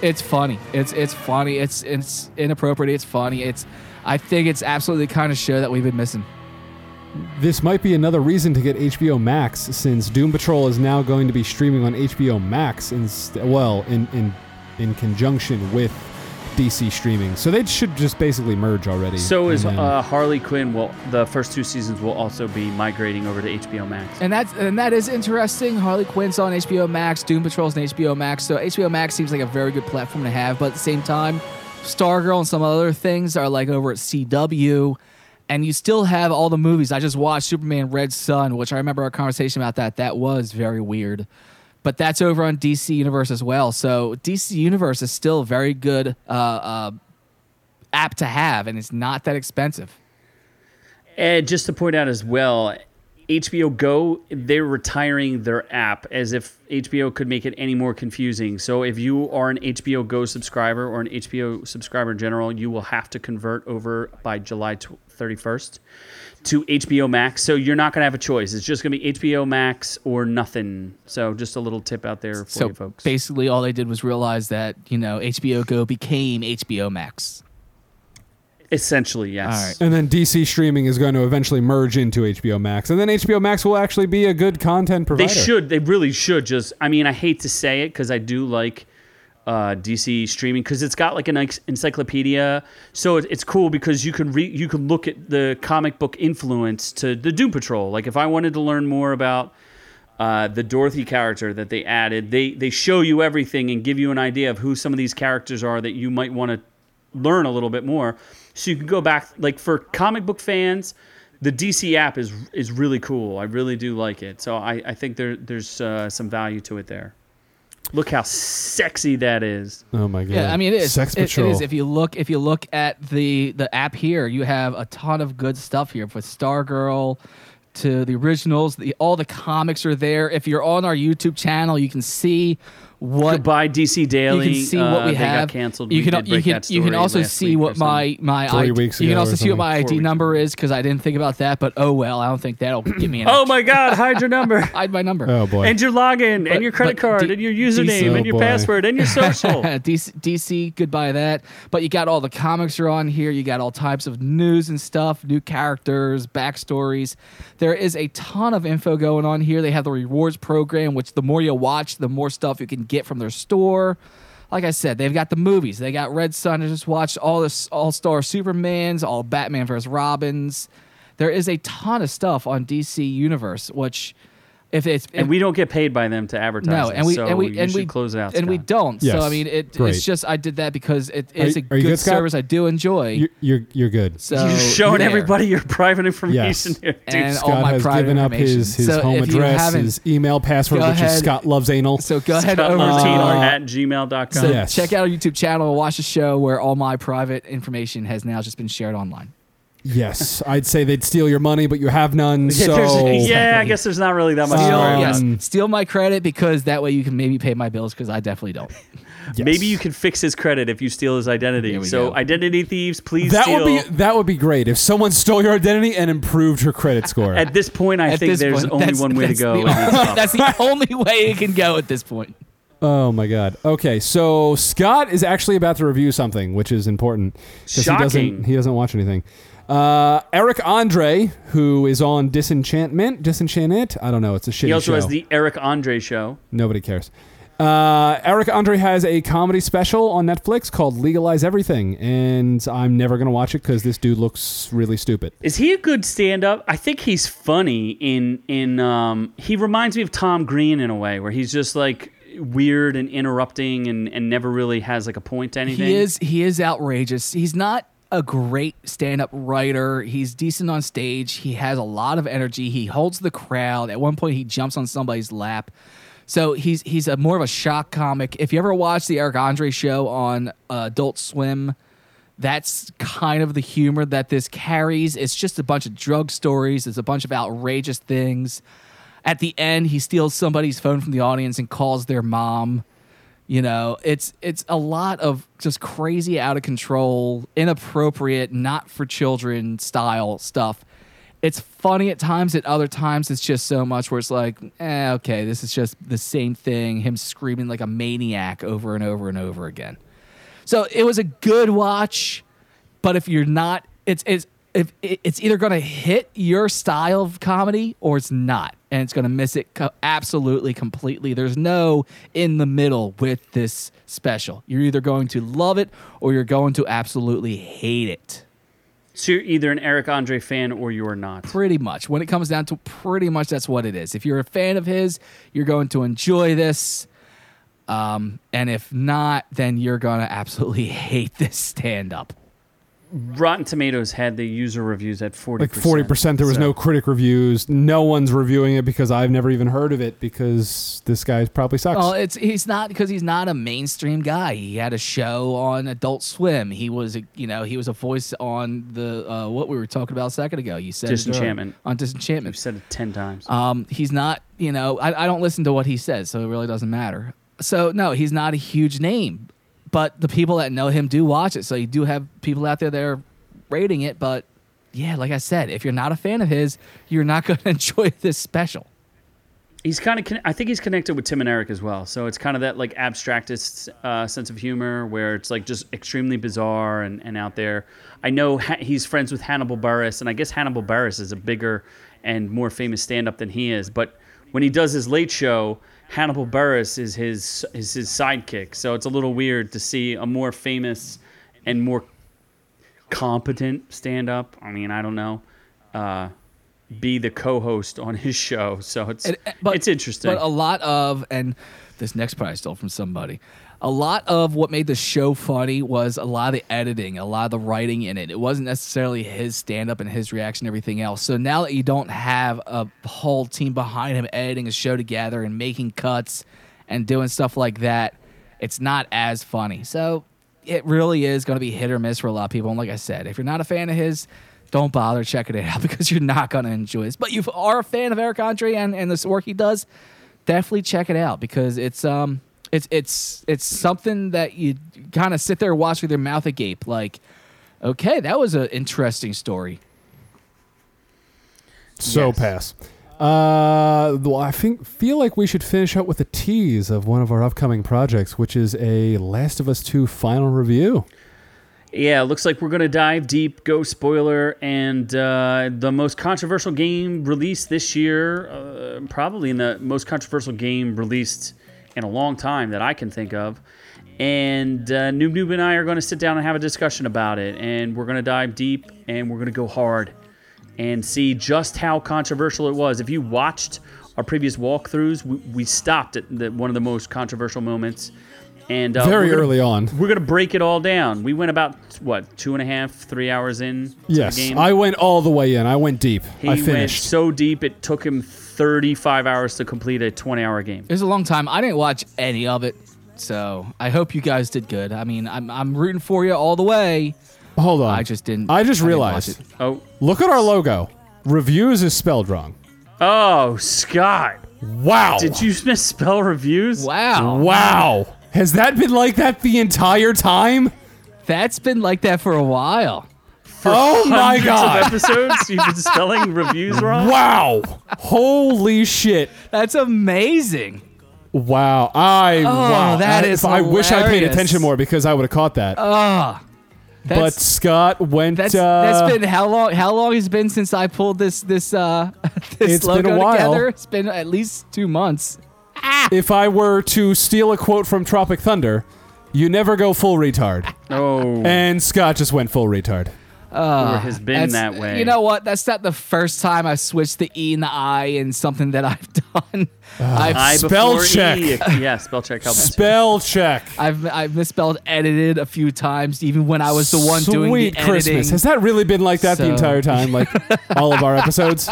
[SPEAKER 3] it's funny. It's it's funny. It's it's inappropriate. It's funny. It's I think it's absolutely the kind of show that we've been missing.
[SPEAKER 2] This might be another reason to get HBO Max since Doom Patrol is now going to be streaming on HBO Max in well in in in conjunction with DC streaming. So they should just basically merge already.
[SPEAKER 1] So is
[SPEAKER 2] and then-
[SPEAKER 1] uh, Harley Quinn. Will the first two seasons will also be migrating over to HBO Max?
[SPEAKER 3] And that's and that is interesting. Harley Quinn's on HBO Max, Doom Patrol's on HBO Max. So HBO Max seems like a very good platform to have, but at the same time, Stargirl and some other things are like over at CW. And you still have all the movies. I just watched Superman Red Sun, which I remember our conversation about that. That was very weird. But that's over on DC Universe as well. So DC Universe is still very good uh, uh, app to have, and it's not that expensive.
[SPEAKER 1] And just to point out as well, HBO Go, they're retiring their app as if HBO could make it any more confusing. So if you are an HBO Go subscriber or an HBO subscriber in general, you will have to convert over by July tw- 31st to HBO Max. So you're not going to have a choice. It's just going to be HBO Max or nothing. So just a little tip out there for
[SPEAKER 3] So
[SPEAKER 1] you folks.
[SPEAKER 3] basically, all they did was realize that you know HBO Go became HBO Max.
[SPEAKER 1] Essentially, yes.
[SPEAKER 2] And then DC streaming is going to eventually merge into HBO Max, and then HBO Max will actually be a good content
[SPEAKER 1] They
[SPEAKER 2] provider.
[SPEAKER 1] should. They really should. Just. I mean, I hate to say it because I do like uh, DC streaming because it's got like an ex- encyclopedia. So it, it's cool because you can re- you can look at the comic book influence to the Doom Patrol. Like if I wanted to learn more about uh, the Dorothy character that they added, they they show you everything and give you an idea of who some of these characters are that you might want to learn a little bit more. So you can go back. Like for comic book fans, the DC app is is really cool. I really do like it. So I, I think there there's uh, some value to it there. Look how sexy that is.
[SPEAKER 2] Oh my god!
[SPEAKER 3] Yeah, I mean it is.
[SPEAKER 2] Sex
[SPEAKER 3] It-
[SPEAKER 2] Patrol.
[SPEAKER 3] it is. If you look, if you look at the the app here, you have a ton of good stuff here with Stargirl to the originals. The all the comics are there. If you're on our YouTube channel, you can see what
[SPEAKER 1] Goodbye DC Daily.
[SPEAKER 3] you can see
[SPEAKER 1] Uh,
[SPEAKER 3] what we
[SPEAKER 1] they
[SPEAKER 3] have.
[SPEAKER 1] Got canceled.
[SPEAKER 3] You
[SPEAKER 1] We
[SPEAKER 3] can
[SPEAKER 1] did
[SPEAKER 3] you
[SPEAKER 1] break
[SPEAKER 3] can
[SPEAKER 1] that
[SPEAKER 3] you can
[SPEAKER 1] story
[SPEAKER 3] also
[SPEAKER 1] last
[SPEAKER 3] see
[SPEAKER 1] week or
[SPEAKER 3] what my my
[SPEAKER 2] Three
[SPEAKER 3] ID,
[SPEAKER 2] weeks
[SPEAKER 3] you can
[SPEAKER 2] ago
[SPEAKER 3] also
[SPEAKER 2] or
[SPEAKER 3] see what my
[SPEAKER 1] something.
[SPEAKER 3] ID
[SPEAKER 1] Four
[SPEAKER 3] number is because I didn't think about that. But oh well, I don't think that'll give me an
[SPEAKER 1] something. Oh my God! Hide your number.
[SPEAKER 3] hide my number.
[SPEAKER 2] oh boy!
[SPEAKER 1] And your login,
[SPEAKER 3] But-
[SPEAKER 1] and your credit
[SPEAKER 3] but
[SPEAKER 1] card,
[SPEAKER 3] D-
[SPEAKER 1] and your
[SPEAKER 3] DC
[SPEAKER 1] username, and your
[SPEAKER 2] Oh, boy.
[SPEAKER 1] password, and your social.
[SPEAKER 3] DC, DC, goodbye that. But you got all the comics are on here. You got all types of news and stuff, new characters, backstories. There is a ton of info going on here. They have the rewards program, which the more you watch, the more stuff you can get from their store. Like I said, they've got the movies. They got Red Sun. I just watched all this All Star Supermans, all Batman vs. Robins. There is a ton of stuff on DC Universe, which if it's
[SPEAKER 1] and we don't get paid by them to advertise.
[SPEAKER 3] no,
[SPEAKER 1] it,
[SPEAKER 3] and we
[SPEAKER 1] so
[SPEAKER 3] and we
[SPEAKER 1] you
[SPEAKER 3] and
[SPEAKER 1] should
[SPEAKER 3] we
[SPEAKER 1] close it out.
[SPEAKER 3] and we
[SPEAKER 1] Scott.
[SPEAKER 3] don't.
[SPEAKER 2] Yes.
[SPEAKER 3] So I mean, it,
[SPEAKER 2] Great.
[SPEAKER 3] it's just I did that because it is
[SPEAKER 2] you-
[SPEAKER 3] a
[SPEAKER 2] are you
[SPEAKER 3] good,
[SPEAKER 2] good, Scott?
[SPEAKER 3] service I do enjoy.
[SPEAKER 2] you're, you're you're good.
[SPEAKER 3] so
[SPEAKER 1] You're showing
[SPEAKER 3] there.
[SPEAKER 1] everybody your private information
[SPEAKER 2] Yes.
[SPEAKER 1] here, dude.
[SPEAKER 3] And all
[SPEAKER 2] Scott
[SPEAKER 3] my
[SPEAKER 2] has
[SPEAKER 3] private
[SPEAKER 2] given up
[SPEAKER 3] information.
[SPEAKER 2] his his
[SPEAKER 3] So
[SPEAKER 2] home
[SPEAKER 3] if you
[SPEAKER 2] address,
[SPEAKER 3] haven't-
[SPEAKER 2] his email password,
[SPEAKER 3] Go
[SPEAKER 2] which is
[SPEAKER 3] ahead.
[SPEAKER 2] Scott loves anal.
[SPEAKER 3] So go ahead
[SPEAKER 1] Scott
[SPEAKER 3] over
[SPEAKER 1] Martino
[SPEAKER 3] to uh,
[SPEAKER 1] at gmail.com.
[SPEAKER 3] so
[SPEAKER 2] Yes.
[SPEAKER 3] check out our YouTube channel and watch the show where all my private information has now just been shared online.
[SPEAKER 2] yes, I'd say they'd steal your money, but you have none.
[SPEAKER 1] Yeah, there's-
[SPEAKER 2] So
[SPEAKER 1] yeah, I guess there's not really that much. to
[SPEAKER 3] Steal,
[SPEAKER 1] worry about.
[SPEAKER 3] yes, steal my credit because that way you can maybe pay my bills because I definitely don't.
[SPEAKER 2] Yes.
[SPEAKER 1] Maybe you can fix his credit if you steal his identity.
[SPEAKER 3] There we
[SPEAKER 1] So
[SPEAKER 3] go.
[SPEAKER 1] identity thieves, please
[SPEAKER 2] That
[SPEAKER 1] steal.
[SPEAKER 2] would be that would be great if someone stole your identity and improved her credit score.
[SPEAKER 1] at this point, I
[SPEAKER 3] At
[SPEAKER 1] think
[SPEAKER 3] this
[SPEAKER 1] there's
[SPEAKER 3] point,
[SPEAKER 1] only
[SPEAKER 3] that's-
[SPEAKER 1] one way to
[SPEAKER 3] that's
[SPEAKER 1] go. and
[SPEAKER 3] the
[SPEAKER 1] it's
[SPEAKER 3] only-
[SPEAKER 1] up.
[SPEAKER 3] that's the only way it can go at this point.
[SPEAKER 2] Oh my god. Okay, so Scott is actually about to review something, which is important. 'cause He
[SPEAKER 1] Shocking.
[SPEAKER 2] doesn't, he doesn't watch anything. Uh, Eric Andre, who is on Disenchantment, Disenchantment. I don't know. It's a shitty
[SPEAKER 1] He also
[SPEAKER 2] show.
[SPEAKER 1] has the Eric Andre show.
[SPEAKER 2] Nobody cares. Uh, Eric Andre has a comedy special on Netflix called Legalize Everything, and I'm never gonna watch it because this dude looks really stupid.
[SPEAKER 1] Is he a good stand-up? I think he's funny. In in um, he reminds me of Tom Green in a way, where he's just like weird and interrupting and, and never really has like a point to anything.
[SPEAKER 3] He is he is outrageous. He's not a great stand-up writer. He's decent on stage. He has a lot of energy. He holds the crowd. At one point he jumps on somebody's lap. So he's he's a more of a shock comic. If you ever watch the Eric Andre show on uh, Adult Swim, that's kind of the humor that this carries. It's just a bunch of drug stories. It's a bunch of outrageous things. At the end, he steals somebody's phone from the audience and calls their mom. You know, it's it's a lot of just crazy, out of control, inappropriate, not for children style stuff. It's funny at times. At other times, it's just so much where it's like, eh, okay, this is just the same thing. Him screaming like a maniac over and over and over again. So it was a good watch, but if you're not, it's it's if it- it's either going to hit your style of comedy or it's not, and it's going to miss it co- absolutely completely. There's no in the middle with this special. You're either going to love it or you're going to absolutely hate it.
[SPEAKER 1] So you're either an Eric Andre fan or you are not.
[SPEAKER 3] Pretty much, when it comes down to pretty much, that's what it is. If you're a fan of his, you're going to enjoy this. Um, and if not, then you're going to absolutely hate this stand up.
[SPEAKER 1] Rotten Tomatoes had the user reviews at forty.
[SPEAKER 2] Like forty percent. There was no critic reviews. No one's reviewing it because I've never even heard of it because this guy probably sucks.
[SPEAKER 3] Well, it's he's not because he's not a mainstream guy. He had a show on Adult Swim. He was, a, you know, he was a voice on the uh, what we were talking about a second ago. You said it during-
[SPEAKER 1] Disenchantment.
[SPEAKER 3] on
[SPEAKER 1] I've
[SPEAKER 3] Disenchantment.
[SPEAKER 1] said it ten times.
[SPEAKER 3] Um, he's not, you know, I, I don't listen to what he says, so it really doesn't matter. So no, he's not a huge name, but the people that know him do watch it. So you do have people out there that are rating it, but yeah, like I said, if you're not a fan of his, you're not going to enjoy this special.
[SPEAKER 1] he's kind of con- I think he's connected with Tim and Eric as well. So it's kind of that like abstractist uh, sense of humor where it's like just extremely bizarre and, and out there. I know ha- he's friends with Hannibal Burris, and I guess Hannibal Burris is a bigger and more famous stand up than he is. But when he does his late show, Hannibal Burris is his is his sidekick. So it's a little weird to see a more famous and more competent stand up. I mean, I don't know. Uh, be the co-host on his show, so it's
[SPEAKER 3] And- but-
[SPEAKER 1] it's interesting.
[SPEAKER 3] But a lot of and this next part I stole from somebody. A lot of what made the show funny was a lot of the editing, a lot of the writing in it. It wasn't necessarily his stand up and his reaction and everything else. So now that you don't have a whole team behind him editing a show together and making cuts and doing stuff like that, it's not as funny. So it really is going to be hit or miss for a lot of people. And like I said, if you're not a fan of his, don't bother checking it out because you're not going to enjoy this. But you are a fan of Eric Andre and, and this work he does, definitely check it out because it's um it's it's it's something that you kind of sit there and watch with your mouth agape. Like, okay, that was an interesting story.
[SPEAKER 2] So
[SPEAKER 1] Yes.
[SPEAKER 2] pass. Uh, well, I think feel like we should finish up with a tease of one of our upcoming projects, which is a Last of Us Two final review.
[SPEAKER 1] Yeah, looks like we're going to dive deep, go spoiler, and uh, the most controversial game released this year, uh, probably in the most controversial game released in a long time that I can think of. And uh, Noob Noob and I are going to sit down and have a discussion about it, and we're going to dive deep and we're going to go hard and see just how controversial it was. If you watched our previous walkthroughs, we, we stopped at the, one of the most controversial moments. And uh,
[SPEAKER 2] Very
[SPEAKER 1] we're gonna-
[SPEAKER 2] early on.
[SPEAKER 1] we're gonna break it all down. We went about what two and a half, three hours in. to
[SPEAKER 2] Yes,
[SPEAKER 1] the game.
[SPEAKER 2] I went all the way in. I went deep.
[SPEAKER 1] he
[SPEAKER 2] I
[SPEAKER 1] went
[SPEAKER 2] finished.
[SPEAKER 1] so deep it took him 35 hours to complete a 20-hour game.
[SPEAKER 3] It was a long time. I didn't watch any of it, so I hope you guys did good. I mean, I'm I'm rooting for you all the way.
[SPEAKER 2] Hold on.
[SPEAKER 3] I just didn't-
[SPEAKER 2] I just
[SPEAKER 3] I didn't watch
[SPEAKER 2] realized.
[SPEAKER 3] it.
[SPEAKER 1] Oh,
[SPEAKER 2] Look at our logo. Reviews is spelled wrong.
[SPEAKER 1] oh, Scott,
[SPEAKER 2] Wow.
[SPEAKER 1] did you misspell reviews?
[SPEAKER 3] Wow,
[SPEAKER 2] Wow. Has that been like that the entire time?
[SPEAKER 3] that's been like that for a while.
[SPEAKER 1] For
[SPEAKER 2] Oh my
[SPEAKER 1] hundreds
[SPEAKER 2] God.
[SPEAKER 1] Of episodes you've been spelling reviews wrong.
[SPEAKER 2] Wow. Holy shit.
[SPEAKER 3] That's amazing.
[SPEAKER 2] Wow. I wow.
[SPEAKER 3] Oh, that
[SPEAKER 2] I-
[SPEAKER 3] is
[SPEAKER 2] I wish I paid
[SPEAKER 3] hilarious. Oh,
[SPEAKER 2] attention more because I would have caught that. but
[SPEAKER 3] That's,
[SPEAKER 2] Scott went
[SPEAKER 3] that's
[SPEAKER 2] uh,
[SPEAKER 3] that's been how long? How long has it been since I pulled this this uh this
[SPEAKER 2] It's
[SPEAKER 3] logo
[SPEAKER 2] been a while.
[SPEAKER 3] together? It's been at least two months.
[SPEAKER 2] if I were to steal a quote from Tropic Thunder, you never go full retard.
[SPEAKER 1] Oh,
[SPEAKER 2] and Scott just went full retard.
[SPEAKER 1] or has been
[SPEAKER 3] That's-
[SPEAKER 1] that way.
[SPEAKER 3] You know what? That's not the first time I switched the E and the I in something that I've done. I've,
[SPEAKER 1] I before
[SPEAKER 2] Spell
[SPEAKER 1] E.
[SPEAKER 2] check.
[SPEAKER 1] yeah, spell check helps.
[SPEAKER 2] Spell check.
[SPEAKER 3] I've I've misspelled edited a few times, even when I was the one
[SPEAKER 2] Sweet
[SPEAKER 3] doing the
[SPEAKER 2] Christmas.
[SPEAKER 3] editing.
[SPEAKER 2] Has that really been like that the
[SPEAKER 3] So-
[SPEAKER 2] entire time? Like all of our episodes?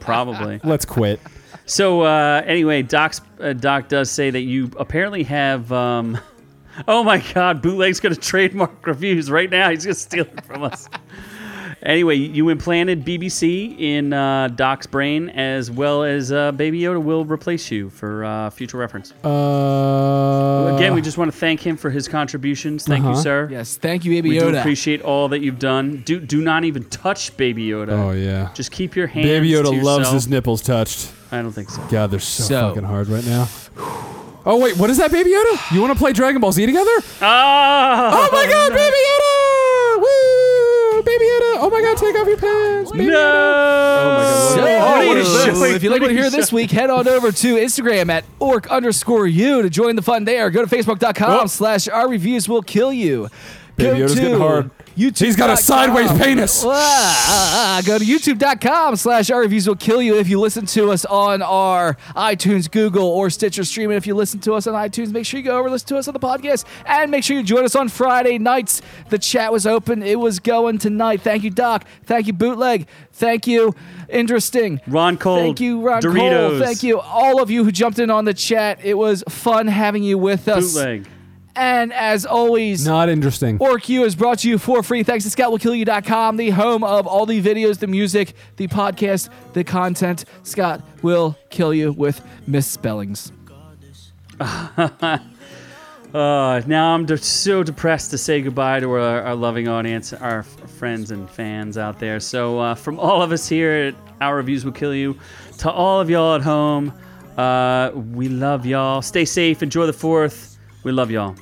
[SPEAKER 1] probably.
[SPEAKER 2] Let's quit.
[SPEAKER 1] So uh, anyway, Doc's, uh, Doc does say that you apparently have. Um, oh my God, Bootleg's going to trademark reviews right now. He's going to steal it from us. anyway, you implanted BBC in uh, Doc's brain, as well as uh, Baby Yoda will replace you for uh, future reference.
[SPEAKER 2] Uh,
[SPEAKER 1] Again, we just want to thank him for his contributions. Thank you,
[SPEAKER 2] Uh-huh.
[SPEAKER 1] sir.
[SPEAKER 3] yes, thank you, Baby
[SPEAKER 1] We do
[SPEAKER 3] Yoda.
[SPEAKER 1] appreciate all that you've done. Do do not even touch Baby Yoda.
[SPEAKER 2] Oh yeah.
[SPEAKER 1] Just keep your hands.
[SPEAKER 2] Baby
[SPEAKER 1] to
[SPEAKER 2] Yoda loves
[SPEAKER 1] yourself.
[SPEAKER 2] his nipples touched.
[SPEAKER 1] I don't think so.
[SPEAKER 2] God, they're so,
[SPEAKER 3] So-
[SPEAKER 2] fucking hard right now. Oh wait, what is that, Baby Yoda? You want to play Dragon Ball Z together?
[SPEAKER 1] Oh,
[SPEAKER 2] Oh my God, Baby Yoda! Woo! Baby Yoda! Oh my God, take off your pants, Baby
[SPEAKER 1] No.
[SPEAKER 2] Yoda!
[SPEAKER 3] So,
[SPEAKER 1] Oh, what is this?
[SPEAKER 3] if you like what you hear this week, head on over to Instagram at orc underscore you to join the fun there. Go to facebook.com
[SPEAKER 2] Oh.
[SPEAKER 3] slash our reviews will kill you.
[SPEAKER 2] Baby Yoda's getting hard.
[SPEAKER 3] YouTube.
[SPEAKER 2] He's got a sideways penis.
[SPEAKER 3] Ah, ah, ah. go to youtube.com slash our reviews will kill you if you listen to us on our itunes google or stitcher stream and if you listen to us on itunes make sure you go over and listen to us on the podcast and make sure you join us on friday nights the chat was open it was going tonight thank you doc thank you bootleg thank you interesting
[SPEAKER 1] Ron Cole.
[SPEAKER 3] Thank you, Ron Cole.
[SPEAKER 1] Doritos.
[SPEAKER 3] Thank you, all of you who jumped in on the chat. It was fun having you with us.
[SPEAKER 1] Bootleg.
[SPEAKER 3] And as always,
[SPEAKER 2] Not interesting.
[SPEAKER 3] OrQ is brought to you for free thanks to ScottWillKillYou.com, the home of all the videos, the music, the podcast, the content. Scott will kill you with misspellings.
[SPEAKER 1] Uh, now I'm just so depressed to say goodbye to our, our loving audience, our f- friends and fans out there. So uh, from all of us here at Our Reviews Will Kill You, to all of y'all at home, Uh, we love y'all. Stay safe. Enjoy the fourth. We love y'all.